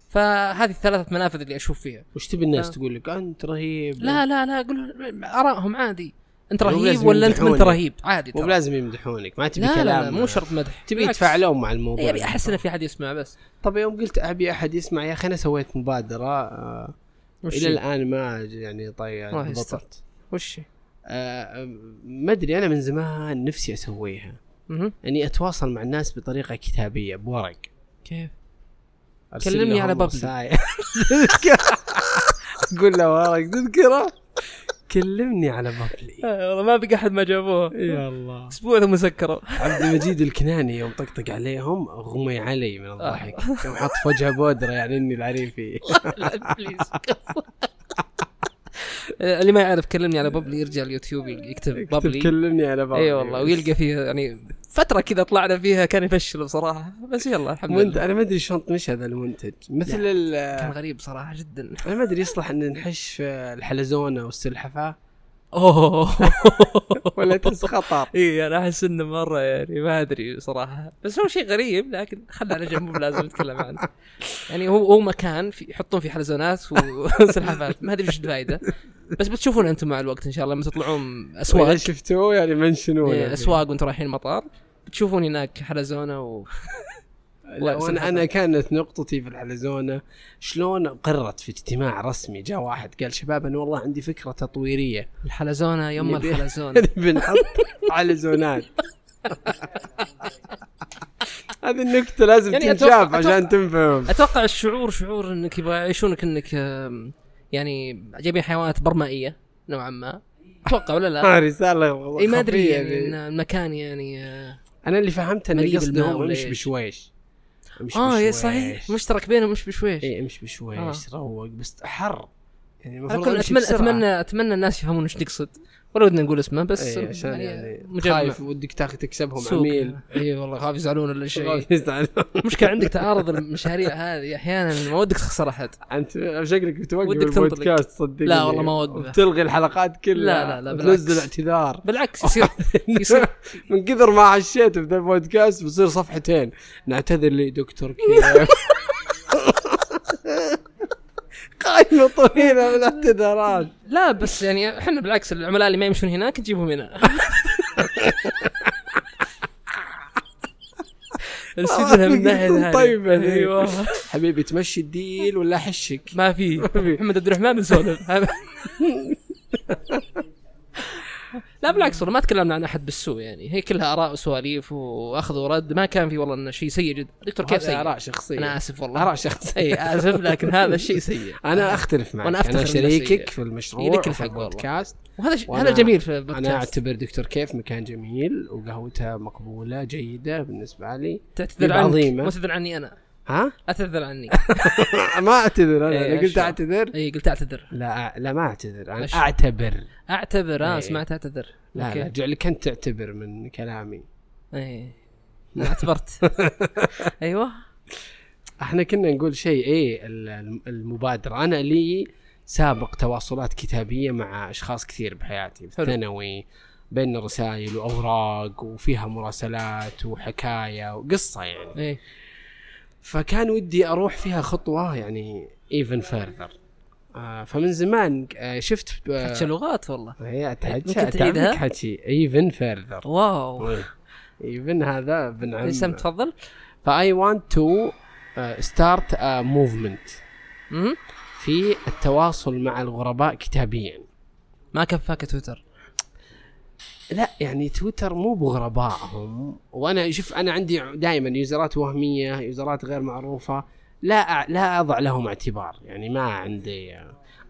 فهذه الثلاثة منافذ اللي اشوف فيها وش تبي الناس آه. تقول لك انت رهيب لا لا لا قول ارائهم عادي انت مو رهيب لازم ولا انت ما انت يمدحونك. رهيب عادي مو ترى. لازم يمدحونك ما تبي لا, لا كلام لا مو شرط مدح تبي بالعكس. يتفاعلون مع الموضوع يبي احس ان في احد يسمع بس طب يوم قلت ابي احد يسمع يا اخي انا سويت مبادره آه وش الى الان ما ج- يعني طيب الله يستر. ضبطت وش آه ما ادري انا من زمان نفسي اسويها مهم. اني اتواصل مع الناس بطريقه كتابيه بورق كيف أرسل كلمني لهم على بابلو. رسائل. قول له ورق تذكره كلمني على بابلي آه، والله ما بقى احد ما جابوها يا الله اسبوع ذا مسكره عبد المجيد الكناني يوم طقطق عليهم اغمي علي من الضحك يوم حط في وجهه بودره يعني اني العريفي لا بليز اللي ما يعرف كلمني على بابلي يرجع اليوتيوب يكتب اكتب بابلي كلمني على بابلي اي والله ويلقى فيه يعني فتره كذا طلعنا فيها كان يفشل بصراحه بس يلا الحمد منت... لله انا ما ادري شلون مش هذا المنتج مثل لا. ال... كان غريب صراحه جدا انا ما ادري يصلح ان نحش في الحلزونه والسلحفاه اوه ولا تحس خطر اي انا احس انه مره يعني ما ادري صراحه بس هو شيء غريب لكن خلنا على جنب مو لازم نتكلم عنه يعني هو هو مكان في يحطون فيه حلزونات وسلحفات ما ادري ايش الفائده بس بتشوفون انتم مع الوقت ان شاء الله لما تطلعون ولا اسواق شفتوه يعني منشنوه إيه، يعني. اسواق وانتم رايحين المطار بتشوفون هناك حلزونه و... لا، وانا انا كانت نقطتي في الحلزونه شلون قرت في اجتماع رسمي جاء واحد قال شباب انا والله عندي فكره تطويريه الحلزونه يما نبي- الحلزونه بنحط حلزونات هذه النكته لازم يعني أتوقع- تنشاف أتوقع- عشان تنفهم اتوقع الشعور شعور انك يبغى يعيشونك انك آم، يعني جايبين حيوانات برمائيه نوعا ما اتوقع ولا لا آه، رساله اي ما ادري خفية يعني ذي. إن المكان يعني آه، انا اللي فهمت ان مليء بالماء قصدهم ولا امش إيش؟ بشويش امش اه إيه بشويش. صحيح مشترك بينهم مش آه. بشويش اي امش بشويش روق بس حر يعني على المفروض كل أمشي اتمنى بسرعة. اتمنى اتمنى الناس يفهمون ايش نقصد ولا ودنا نقول اسمه بس إيه، عشان يعني مجرد خايف ودك تاخذ تكسبهم سوق. عميل اي والله خاف يزعلون ولا شيء خايف يزعلون. مشكلة عندك تعارض المشاريع هذه احيانا ما ودك تخسر احد انت شكلك بتوقف ودك تنطلق. البودكاست صدقني لا والله ما أوقفه. تلغي الحلقات كلها لا، لا، بالعكس. تنزل اعتذار بالعكس يصير يصير من كثر ما عشيت في ذا البودكاست بصير صفحتين نعتذر لي دكتور كيف قائمة طويلة من الاعتذارات لا بس يعني احنا بالعكس العملاء اللي ما يمشون هناك نجيبهم هنا السجن من الناحيه هذه. طيبة ذي. ايوه حبيبي تمشي الديل ولا احشك ما في محمد عبد الرحمن نسولف لا بالعكس والله ما تكلمنا عن احد بالسوء يعني هي كلها اراء وسواليف واخذ ورد ما كان في والله انه شيء سيء جدا دكتور كيف وهذه سيء؟ اراء شخصية انا اسف والله اراء شخصية اي اسف لكن هذا الشيء سيء انا اختلف معك وأنا انا, أفتخر أنا إنه شريكك سيء. في المشروع يليك وفي الحق والله. البودكاست وهذا ش... وأنا- هذا جميل في انا البودكاست اعتبر دكتور كيف مكان جميل وقهوته مقبوله جيده بالنسبه لي تعتذر يبقى عنك عظيمة. ما تعتذر عني انا ها اعتذر عني ما اعتذر انا إيه، انا قلت شو. اعتذر اي قلت اعتذر لا لا ما اعتذر انا أش- اعتبر اعتبر إيه. اه سمعت اعتذر لا أوكي. لا جعلك انت تعتبر من كلامي اي إيه. أنا اعتبرت ايوه احنا كنا نقول شيء ايه ال- الم- المبادره انا لي سابق تواصلات كتابيه مع اشخاص كثير بحياتي في حلو. الثانوي بين رسائل واوراق وفيها مراسلات وحكايه وقصه يعني اي فكان ودي اروح فيها خطوه يعني ايفن فيرذر فمن زمان آه، شفت آه، حتى لغات والله هي تحكي ممكن تعيدها؟ تعمل حكي ايفن فيرذر واو ايفن هذا ابن عم اسم تفضل فاي ونت تو آه، ستارت موفمنت مهم. في التواصل مع الغرباء كتابيا ما كفاك تويتر لا يعني تويتر مو بغربائهم وانا شوف انا عندي دائما يوزرات وهميه يوزرات غير معروفه لا أع- لا اضع لهم اعتبار يعني ما عندي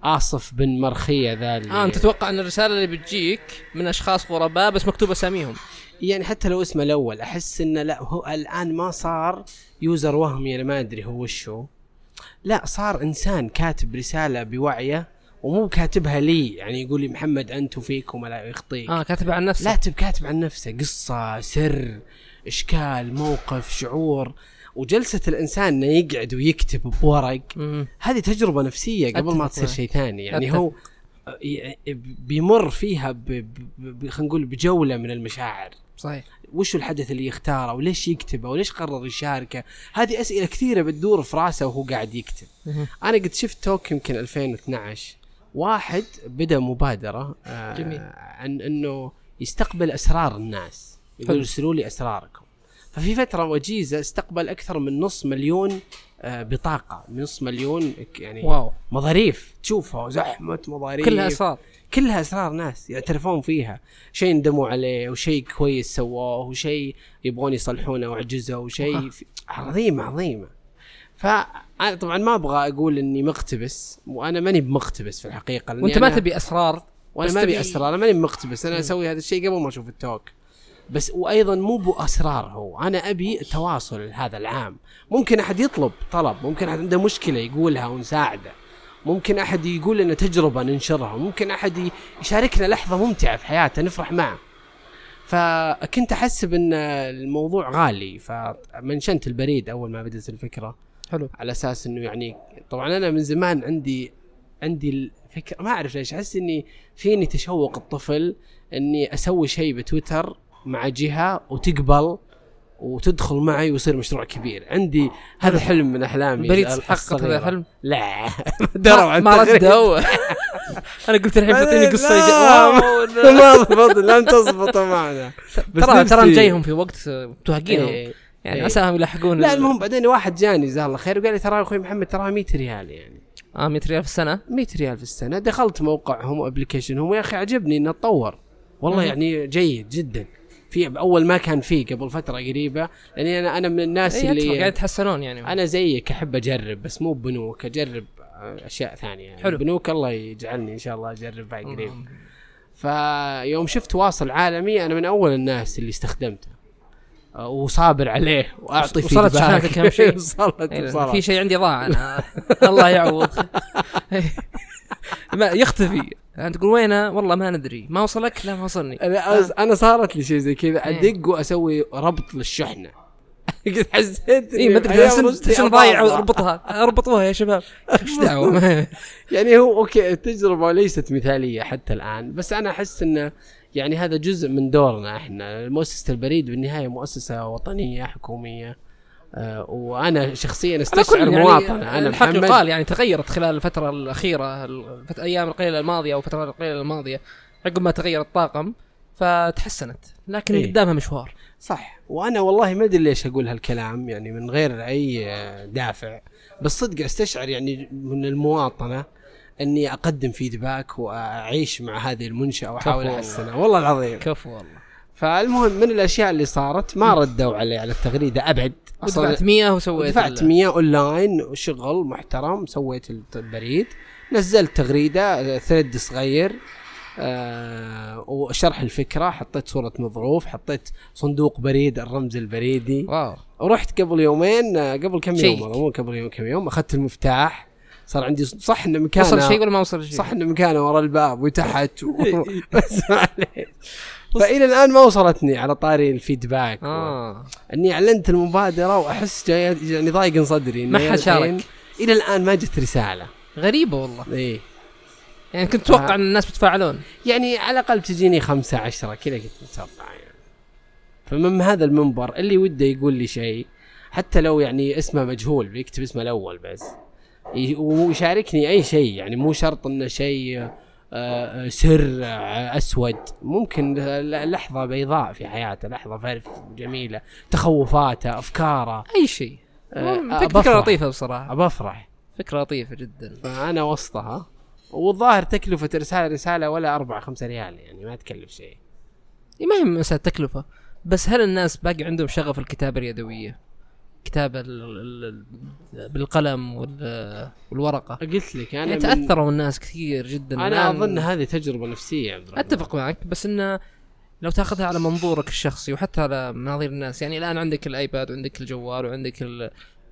اصف بن مرخيه ذا اللي- اه انت تتوقع ان الرساله اللي بتجيك من اشخاص غرباء بس مكتوب اساميهم يعني حتى لو اسمه الاول احس انه لا هو الان ما صار يوزر وهمي انا ما ادري هو وش هو لا صار انسان كاتب رساله بوعيه ومو كاتبها لي يعني يقول لي محمد انت وفيكم ولا يخطيك اه كاتب عن نفسه إيه. لا تب كاتب عن نفسه قصه سر اشكال موقف شعور وجلسه الانسان انه يقعد ويكتب بورق مم. هذه تجربه نفسيه قبل ما أتفق تصير معك. شيء ثاني يعني أتفق. هو ي- بيمر فيها ب- ب- ب- خلينا نقول بجوله من المشاعر صحيح وش الحدث اللي يختاره وليش يكتبه وليش قرر يشاركه هذه اسئله كثيره بتدور في راسه وهو قاعد يكتب مهم. انا قد شفت توك يمكن 2012 واحد بدا مبادره آه جميل. عن انه يستقبل اسرار الناس يقول حلو. ارسلوا لي اسراركم ففي فتره وجيزه استقبل اكثر من نص مليون آه بطاقه نص مليون يعني واو مظاريف تشوفها زحمه مظاريف كلها اسرار كلها اسرار ناس يعترفون فيها شيء ندموا عليه وشيء كويس سووه وشيء يبغون يصلحونه وعجزه وشيء في- عظيمه عظيمه فانا طبعا ما ابغى اقول اني مقتبس وانا ماني بمقتبس في الحقيقه لأني وانت ما أنا- تبي اسرار وانا بس ما ابي تبي- اسرار انا ماني مقتبس انا اسوي هذا الشيء قبل ما اشوف التوك بس وايضا مو باسرار هو انا ابي التواصل هذا العام ممكن احد يطلب طلب ممكن احد عنده مشكله يقولها ونساعده ممكن احد يقول لنا تجربه ننشرها ممكن احد ي- يشاركنا لحظه ممتعه في حياته نفرح معه فكنت احسب ان الموضوع غالي فمنشنت البريد اول ما بدات الفكره حلو على اساس انه يعني طبعا انا من زمان عندي عندي الفكره ما اعرف ليش احس اني فيني تشوق الطفل اني اسوي شيء بتويتر مع جهه وتقبل وتدخل معي ويصير مشروع كبير عندي هذا حلم من احلامي بريد ال- حققت هذا الصغيرة. الحلم لا ما, دروا ما رد هو انا قلت الحين بتعطيني قصه لا. جا- واو، ما لا. ضبط لن تزبطوا معنا بس ترى نفسي- ترى جايهم في وقت آه، متوهقينهم إيه. يعني إيه. عساهم يلحقون لا ال- المهم بعدين واحد جاني جزاه الله خير وقال لي ترى اخوي محمد تراها 100 ريال يعني اه 100 ريال في السنه 100 ريال في السنه دخلت موقعهم وابلكيشنهم يا اخي عجبني انه اتطور والله مهم. يعني جيد جدا في اول ما كان فيه قبل فتره قريبه لاني انا انا من الناس اي اتفق اللي إيه، قاعد يتحسنون يعني انا زيك احب اجرب بس مو بنوك اجرب آه، اشياء ثانيه يعني حلو. بنوك الله يجعلني ان شاء الله اجرب بعد قريب فيوم شفت واصل عالمي انا من اول الناس اللي استخدمته آه، وصابر عليه واعطي وصلت feedback. شحنتك أهم شيء. وصلت إيه، وصلت في شيء عندي ضاع انا الله يعوض إيه. ما يختفي يعني تقول وينه والله ما ندري ما وصلك لا ما وصلني انا أز- انا صارت لي شيء زي كذا إيه. ادق واسوي ربط للشحنه قد حسيت اي إني إيه، آه. ما ادري أيام حسن رشدي حسن ضايع أضاع. اربطها اربطوها يا شباب ايش دعوه يعني هو اوكي التجربه ليست مثاليه حتى الان بس انا احس انه يعني هذا جزء من دورنا احنا مؤسسه البريد بالنهايه مؤسسه وطنيه حكوميه آه وانا شخصيا استشعر على كل يعني مواطنه انا الحق محمد يقال يعني تغيرت خلال الفتره الاخيره الفت... ايام القليله الماضيه او الفتره القليله الماضيه عقب ما تغير الطاقم فتحسنت لكن إيه. إيه؟ قدامها مشوار صح وانا والله ما ادري ليش اقول هالكلام يعني من غير اي آه، دافع بس صدق استشعر يعني من المواطنه اني اقدم فيدباك واعيش مع هذه المنشاه واحاول كفو احسنها والله العظيم كفو والله فالمهم من الاشياء اللي صارت ما ردوا علي على التغريده ابد اصلا دفعت 100 وسويت دفعت 100 اونلاين وشغل محترم سويت البريد نزلت تغريده ثريد صغير آه وشرح الفكره حطيت صوره مظروف حطيت صندوق بريد الرمز البريدي واو ورحت قبل يومين آه، قبل كم يوم شيك. والله مو قبل يوم كم يوم اخذت المفتاح صار عندي صح انه مكانه وصل شيء ولا ما وصل شيء؟ صح انه مكانه ورا الباب وتحت و... بس معليش فالى الان ما وصلتني على طاري الفيدباك اه اني اعلنت المبادره واحس جاي يعني ضايق صدري إني ما حد شارك. الحين- الى الان ما جت رساله غريبه والله اي يعني كنت آه. اتوقع ان الناس بتفاعلون يعني على الاقل تجيني خمسة عشرة كذا كنت متوقع يعني فمن هذا المنبر اللي وده يقول لي شيء حتى لو يعني اسمه مجهول بيكتب اسمه الاول بس ي- ويشاركني اي شيء يعني مو شرط انه شيء آه، آه، سر آه، اسود ممكن ل- لحظه بيضاء في حياته لحظه فرف جميله تخوفاته افكاره اي شيء آه، فك- بفرح. فكره لطيفه بصراحه ابى افرح فكره لطيفه جدا فانا وسطها والظاهر تكلفه ارسال رساله ولا أربعة خمسة ريال يعني ما تكلف شيء إيه، ما هي مساله تكلفه بس هل الناس باقي عندهم شغف الكتابه اليدويه؟ كتابه ال- ال- ال- بالقلم وال- والورقه قلت لك انا يعني من- تاثروا الناس كثير جدا انا الآن- اظن هذه تجربه نفسيه يا عبد الرحمن. اتفق معك بس انه لو تاخذها على منظورك الشخصي وحتى على مناظير الناس يعني الان عندك الايباد وعندك الجوال وعندك ال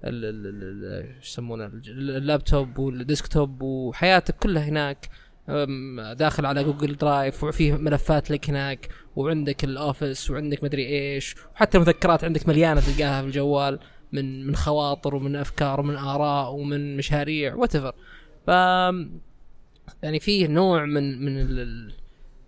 ال- ال- ال- ال- شو يسمونه الج- اللابتوب والديسكتوب وحياتك كلها هناك أم، داخل على جوجل درايف وفيه ملفات لك هناك وعندك الاوفيس وعندك مدري ايش وحتى المذكرات عندك مليانه تلقاها في الجوال من من خواطر ومن افكار ومن اراء ومن مشاريع وات ف يعني فيه نوع من من ال- ال-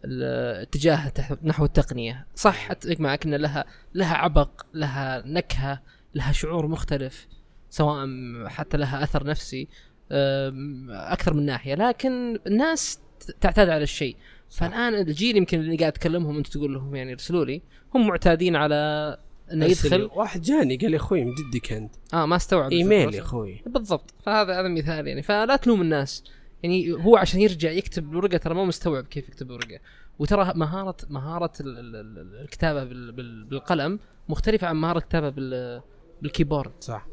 الاتجاه تح- نحو التقنيه صح اتفق معك ان لها لها عبق لها نكهه لها شعور مختلف سواء حتى لها اثر نفسي أم، اكثر من ناحيه لكن الناس ت- تعتاد على الشيء فالان الجيل يمكن اللي قاعد اتكلمهم انت تقول لهم يعني ارسلوا لي هم معتادين على انه بس يدخل ال- واحد جاني قال يا اخوي من جدك انت اه ما استوعب ايميل الفكرة. يا اخوي بالضبط فهذا هذا مثال يعني فلا تلوم الناس يعني هو عشان يرجع يكتب بورقه ترى ما مستوعب كيف يكتب بورقه وترى مهاره مهاره ال- ال- ال- الكتابه بال- بال- بالقلم مختلفه عن مهاره الكتابه بال- بالكيبورد صح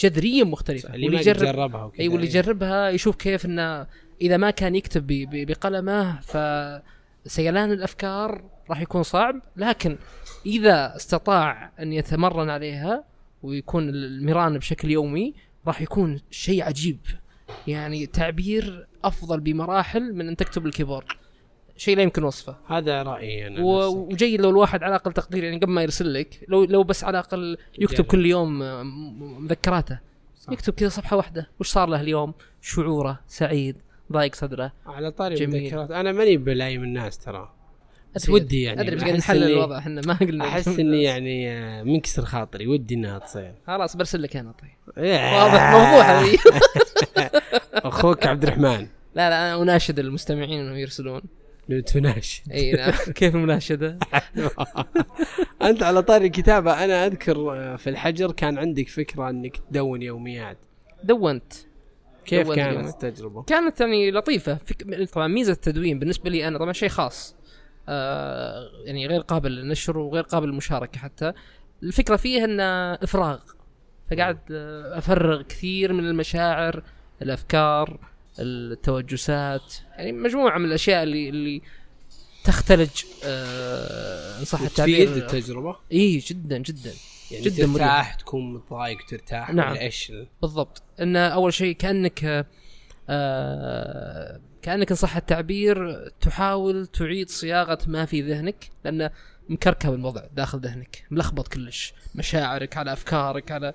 جذريا مختلفه اللي ما قد جربها وكذا اي أيوة، واللي يجربها يشوف كيف انه اذا ما كان يكتب ب- ب- بقلمه فسيلان الافكار راح يكون صعب لكن اذا استطاع ان يتمرن عليها ويكون المران بشكل يومي راح يكون شيء عجيب يعني تعبير افضل بمراحل من ان تكتب الكيبورد شيء لا يمكن وصفه هذا رايي انا و- نفسي. وجيد لو الواحد على الاقل تقدير يعني قبل ما يرسل لك لو لو بس على الاقل يكتب يجرب. كل يوم آه، م- مذكراته صح. يكتب كذا صفحه واحده وش صار له اليوم شعوره سعيد ضايق صدره على طاري جميل. مذكرات انا ماني بلايم الناس ترى بس أدري- ودي يعني ادري بس أحس قاعد نحلل إني- الوضع احنا ما قلنا احس اني يعني آه، منكسر خاطري ودي انها تصير خلاص برسل لك انا طيب ياه. واضح موضوع هذه اخوك عبد الرحمن لا لا انا اناشد المستمعين انهم يرسلون لو تناشد اي نعم كيف المناشده؟ انت على طاري الكتابه انا اذكر آه، في الحجر كان عندك فكره انك تدون يوميات دونت كيف دون كانت يوميات. التجربه؟ كانت يعني لطيفه فك... طبعا ميزه التدوين بالنسبه لي انا طبعا شيء خاص آه يعني غير قابل للنشر وغير قابل للمشاركه حتى الفكره فيه انه افراغ فقاعد آه، افرغ كثير من المشاعر الافكار التوجسات يعني مجموعه من الاشياء اللي اللي تختلج آه ان صح تفيد التعبير إيه، التجربه اي جدا جدا يعني جدا جدا مريح. ترتاح تكون متضايق ترتاح نعم. ولا ايش ال- بالضبط انه اول شيء كانك آه، آه كانك ان صح التعبير تحاول تعيد صياغه ما في ذهنك لانه مكركب الوضع داخل ذهنك ملخبط كلش مشاعرك على افكارك على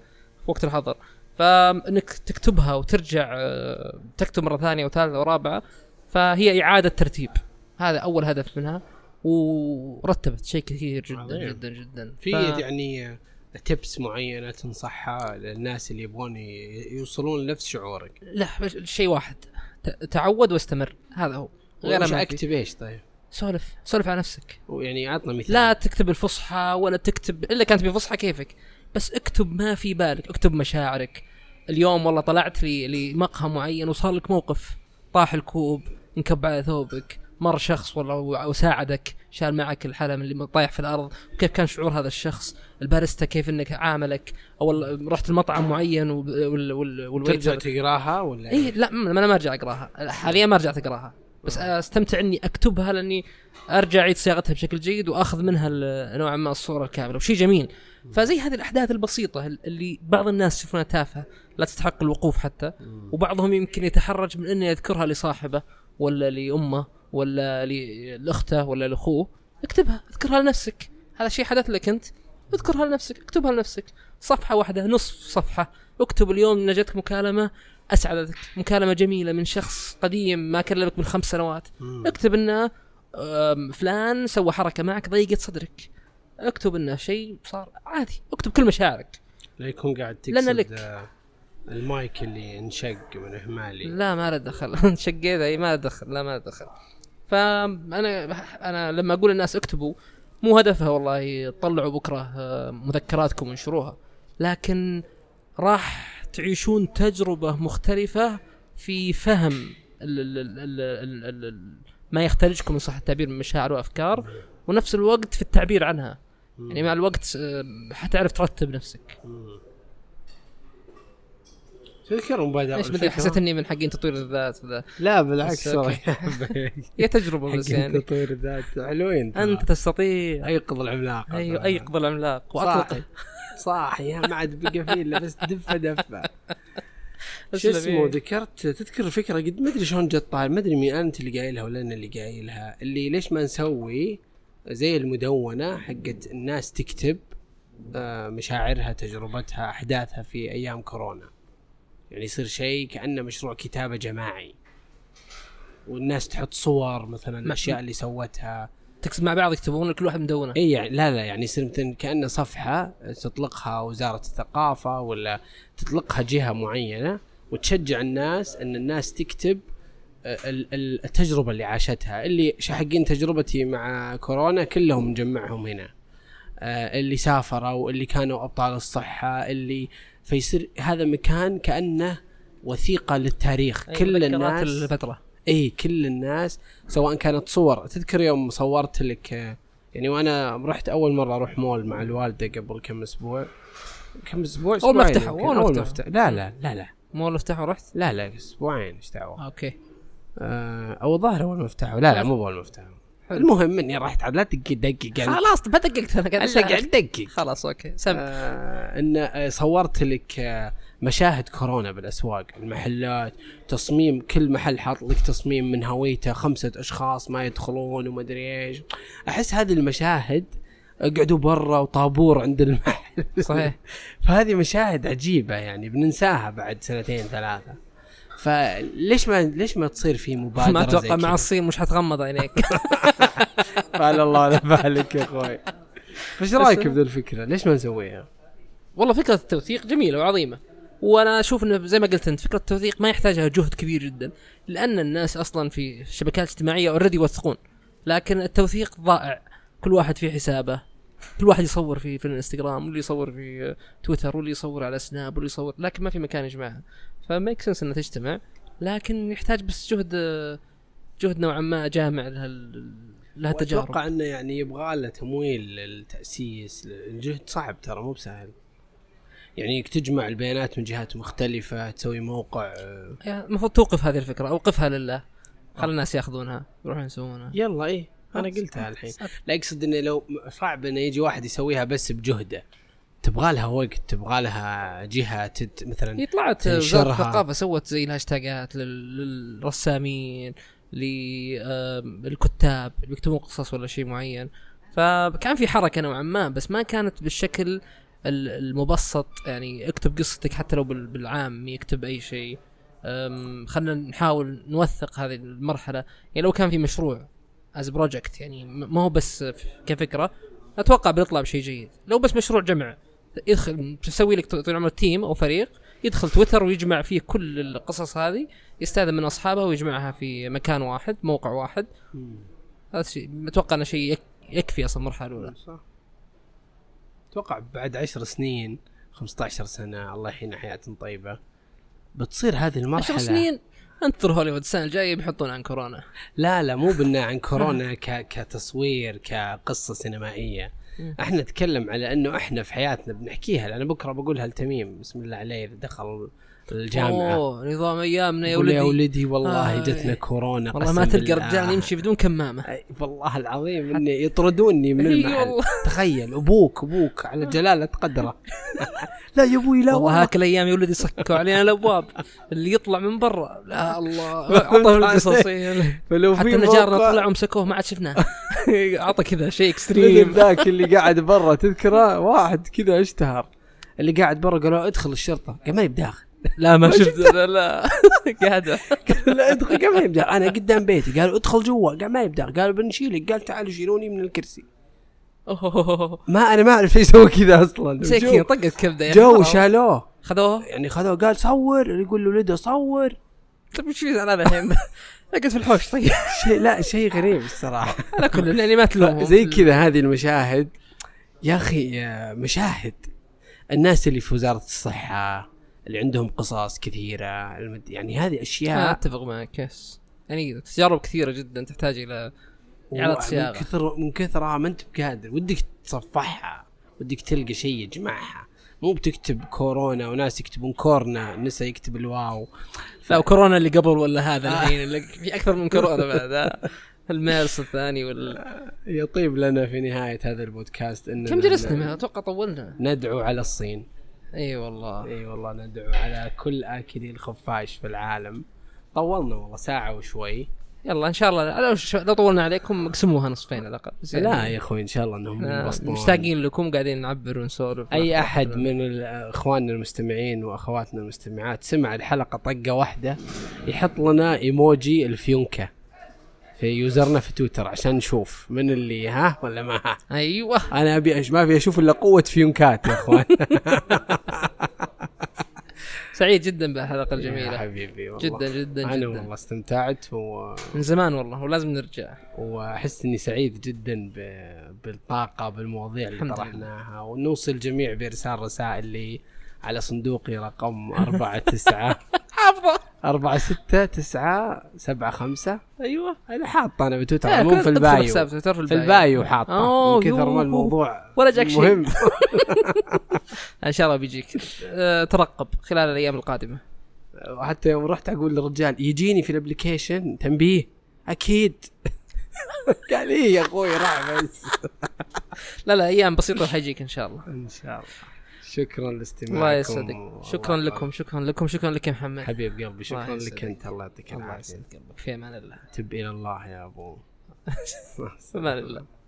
وقت الحظر فانك تكتبها وترجع آه، تكتب مره ثانيه وثالثه ورابعه فهي اعاده ترتيب هذا اول هدف منها ورتبت شيء كثير جدا عظيم. جدا جدا في ف- يعني تبس معينه تنصحها للناس اللي يبغون ي- يوصلون لنفس شعورك لا بس شيء واحد ت- تعود واستمر هذا هو غير غير ما في. نعم. اكتب ايش طيب؟ سولف سولف على نفسك ويعني عطنا مثال لا تكتب الفصحى ولا تكتب الا كانت بفصحى كيفك بس اكتب ما في بالك اكتب مشاعرك اليوم والله طلعت لي لمقهى معين وصار لك موقف طاح الكوب انكب على ثوبك مر شخص والله و- وساعدك شال معك الحلم اللي طايح في الارض وكيف كان شعور هذا الشخص الباريستا كيف انك عاملك او والله رحت المطعم معين وب- وال- وال- ترجع والويتر تقراها ولا اي إيه، لا م- انا ما ارجع اقراها حاليا ما ارجع اقراها بس استمتع اني اكتبها لاني ارجع اعيد صياغتها بشكل جيد واخذ منها ال- نوعا ما الصوره الكامله وشيء جميل فزي هذه الاحداث البسيطه ال- اللي بعض الناس يشوفونها تافهه لا تستحق الوقوف حتى وبعضهم يمكن يتحرج من انه يذكرها لصاحبه ولا لامه ولا ل- لاخته ولا لاخوه اكتبها اذكرها لنفسك هذا شيء حدث لك انت اذكرها لنفسك اكتبها لنفسك صفحه واحده نصف صفحه اكتب اليوم إن جاتك مكالمه اسعدتك مكالمه جميله من شخص قديم ما كلمك من خمس سنوات مم. اكتب انه أم، فلان سوى حركه معك ضيقت صدرك اكتب انه شيء صار عادي اكتب كل مشاعرك لا يكون قاعد تقصد لنا لك. آه، المايك اللي انشق من اهمالي لا ما له دخل شقيت اي ما له دخل لا ما له دخل فانا انا لما اقول للناس اكتبوا مو هدفها والله طلعوا بكره آه، مذكراتكم وانشروها لكن راح تعيشون تجربه مختلفه في فهم ال ال ال ال ال ال ال ما يختلجكم من صح التعبير من مشاعر وافكار ونفس الوقت في التعبير عنها يعني مع الوقت آه، حتعرف ترتب نفسك مم. تذكر مبادرة ليش بدي الفكرة؟ حسيت اني من حقين تطوير الذات ذا لا بالعكس بس والله أوكي. هي تجربه بس حق يعني تطوير الذات حلوين ترى. انت تستطيع ايقظ العملاق ايوه ايقظ العملاق واطلق واطلق صاح يا ما عاد بقى فيه الا بس دفه دفه شو أسلم اسمه إيه. ذكرت تذكر الفكره قد ما ادري شلون جت طالع ما ادري مين انت اللي قايلها ولا انا اللي قايلها اللي ليش ما نسوي زي المدونه حقت الناس تكتب آه، مشاعرها تجربتها احداثها في ايام كورونا يعني يصير شيء كانه مشروع كتابه جماعي والناس تحط صور مثلا الاشياء اللي سوتها تكس مع بعض يكتبون كل واحد مدونه اي يعني لا لا يعني يصير مثلا كانه صفحه تطلقها وزاره الثقافه ولا تطلقها جهه معينه وتشجع الناس ان الناس تكتب آه، ال- ال- التجربه اللي عاشتها اللي ش- حقين تجربتي مع كورونا كلهم نجمعهم هنا آه، اللي سافروا اللي كانوا ابطال الصحه اللي فيصير هذا مكان كانه وثيقه للتاريخ أي كل مذكرات الناس الفتره اي كل الناس سواء كانت صور تذكر يوم صورت لك آه، يعني وانا رحت اول مره اروح مول مع الوالده قبل كم اسبوع كم اسبوع أول ما أسبوعين افتحوا، يمكن. أول ما اول ما افتحوا. افتح لا لا لا لا مول افتحوا رحت لا لا اسبوعين ايش دعوه اوكي آه، او الظاهر اول ما افتحوا لا لا مو اول ما افتحوا المهم اني رحت عاد لا تدقق دقق أنت. خلاص ما دققت انا قاعد الا قاعد أساعد. دقق خلاص اوكي سم آه ان آه، صورت لك آه مشاهد كورونا بالاسواق المحلات تصميم كل محل حاط لك تصميم من هويته خمسه اشخاص ما يدخلون وما ادري ايش احس هذه المشاهد قعدوا برا وطابور عند المحل صحيح فهذه مشاهد عجيبه يعني بننساها بعد سنتين ثلاثه فليش ما ليش ما تصير في مبادره ما زي اتوقع مع كذا؟ الصين مش حتغمض عينيك فعل الله على بالك يا اخوي فايش رايك بذي الفكره؟ ليش ما نسويها؟ والله فكره التوثيق جميله وعظيمه وانا اشوف انه زي ما قلت انت فكره التوثيق ما يحتاجها جهد كبير جدا لان الناس اصلا في الشبكات الاجتماعيه اوريدي يوثقون لكن التوثيق ضائع كل واحد في حسابه كل واحد يصور في في الانستغرام واللي يصور في آه، تويتر واللي يصور على سناب واللي يصور لكن ما في مكان يجمعها فميك سنس انها تجتمع لكن يحتاج بس جهد آه، جهد نوعا ما جامع لها لها التجارب اتوقع انه يعني يبغى له تمويل للتاسيس الجهد صعب ترى مو بسهل يعني انك تجمع البيانات من جهات مختلفه تسوي موقع آه، يعني المفروض توقف هذه الفكره اوقفها لله خلي الناس ياخذونها يروحون يسوونها يلا ايه انا قلتها الحين لا اقصد انه لو صعب انه يجي واحد يسويها بس بجهده تبغى لها وقت تبغى لها جهه تت مثلا هي إيه، طلعت وزاره تنشرها. الثقافه سوت زي الهاشتاجات لل- للرسامين للكتاب اللي بيكتبون قصص ولا شيء معين فكان في حركه نوعا ما بس ما كانت بالشكل ال- المبسط يعني اكتب قصتك حتى لو بال- بالعامي اكتب اي شيء أم، خلنا نحاول نوثق هذه المرحله يعني لو كان في مشروع از بروجكت يعني م- ما هو بس ف- كفكره اتوقع بنطلع بشيء جيد لو بس مشروع جمع يدخل تسوي لك طول عمره تيم او فريق يدخل تويتر ويجمع فيه كل القصص هذه يستاذن من اصحابها ويجمعها في مكان واحد موقع واحد هذا الشيء اتوقع انه شيء يك- يكفي اصلا المرحله الاولى صح اتوقع بعد عشر سنين 15 سنه الله يحيينا حياه طيبه بتصير هذه المرحله 10 سنين انتظر هوليوود السنه الجايه بيحطون عن كورونا لا لا مو بنا عن كورونا ك... كتصوير كقصه سينمائيه مم. احنا نتكلم على انه احنا في حياتنا بنحكيها لأن بكره بقولها لتميم بسم الله عليه إذا دخل الجامعه اوه نظام ايامنا يا يقول يا ولدي ولدي والله آه. جتنا كورونا والله ما قسم تلقى بالله. رجال يمشي بدون كمامه أي والله العظيم اني يطردوني من إي المحل والله. تخيل ابوك ابوك على جلاله قدره لا يا ابوي لا والله والله هاك الايام يا ولدي سكوا علينا الابواب اللي يطلع من برا لا الله عطوا القصص فلو حتى ان جارنا طلع ومسكوه ما عاد شفناه عطى كذا شيء الفيلم اكستريم ذاك اللي قاعد برا تذكره واحد كذا اشتهر اللي قاعد برا قالوا ادخل الشرطه قال ما يبداخل لا ما شفت لا لا قاعد لا ادخل قال ما يبداخل انا قدام بيتي قالوا ادخل جوا قال ما يبداخل قالوا بنشيلك قال تعالوا شيلوني من الكرسي أوه. ما انا ما اعرف ايش اسوي كذا اصلا مساكين طقت كبده يعني جو شالوه خذوه يعني خذوه قال صور يقول لولده صور طيب وش في زعلان الحين؟ اقعد في الحوش طيب شيء لا شيء غريب الصراحه على كل يعني ما تلومهم زي كذا هذه المشاهد يا اخي آه، مشاهد الناس اللي في وزاره الصحه اللي عندهم قصص كثيره المد- يعني هذه آه، اشياء اتفق معك يس يعني تجارب كثيره جدا تحتاج الى إعادة من صياغة. كثر من كثرها ما انت بقادر ودك تصفحها ودك تلقى شيء يجمعها مو بتكتب كورونا وناس يكتبون كورنا نسى يكتب الواو لا وكورونا اللي قبل ولا هذا آه. الحين اللي- في اكثر من كورونا بعد آه. المارس الثاني وال يطيب لنا في نهايه هذا البودكاست ان كم جلسنا اتوقع طولنا ندعو على الصين اي والله اي والله ندعو على كل اكلي الخفاش في العالم طولنا والله ساعة وشوي يلا ان شاء الله لو, ش- لو طولنا عليكم اقسموها نصفين على الاقل بس يعني- لا يا اخوي ان شاء الله انهم آه، ينبسطون مشتاقين لكم قاعدين نعبر ونسولف اي احد من ال- اخواننا المستمعين واخواتنا المستمعات سمع الحلقة طقة واحدة يحط لنا ايموجي الفيونكة في يوزرنا في تويتر عشان نشوف من اللي ها ولا ما ها ايوه انا ابي أش- ما ابي اشوف الا قوة فيونكات يا اخوان سعيد جدا بالحلقه يا الجميله حبيبي والله جدا جدا انا جدا والله استمتعت و... من زمان والله ولازم نرجع واحس اني سعيد جدا ب... بالطاقه بالمواضيع اللي الحمد لله. طرحناها ونوصل الجميع بارسال رسائل لي على صندوقي رقم 4 9 حافظه 4 6 9 7 5 ايوه انا حاطه انا بتويتر إيه، مو في ادخل البايو حساب تويتر في في البايو البايو حاطه أوه، من كثر ما يوه. الموضوع ولا جاك شيء. مهم ان شاء الله بيجيك آه، ترقب خلال الايام القادمه وحتى يوم رحت اقول للرجال يجيني في الابلكيشن تنبيه اكيد قال ايه يا اخوي راح بس لا لا ايام بسيطه حيجيك ان شاء الله ان شاء الله شكرا لاستماعكم الله يسعدك والله شكرا الله لكم شكرا لكم شكرا لك يا محمد حبيب قلبي شكرا الله لك يسعدك. انت الله يعطيك الله العافيه يسعدك قلبك في امان الله تب الى الله يا ابو في امان الله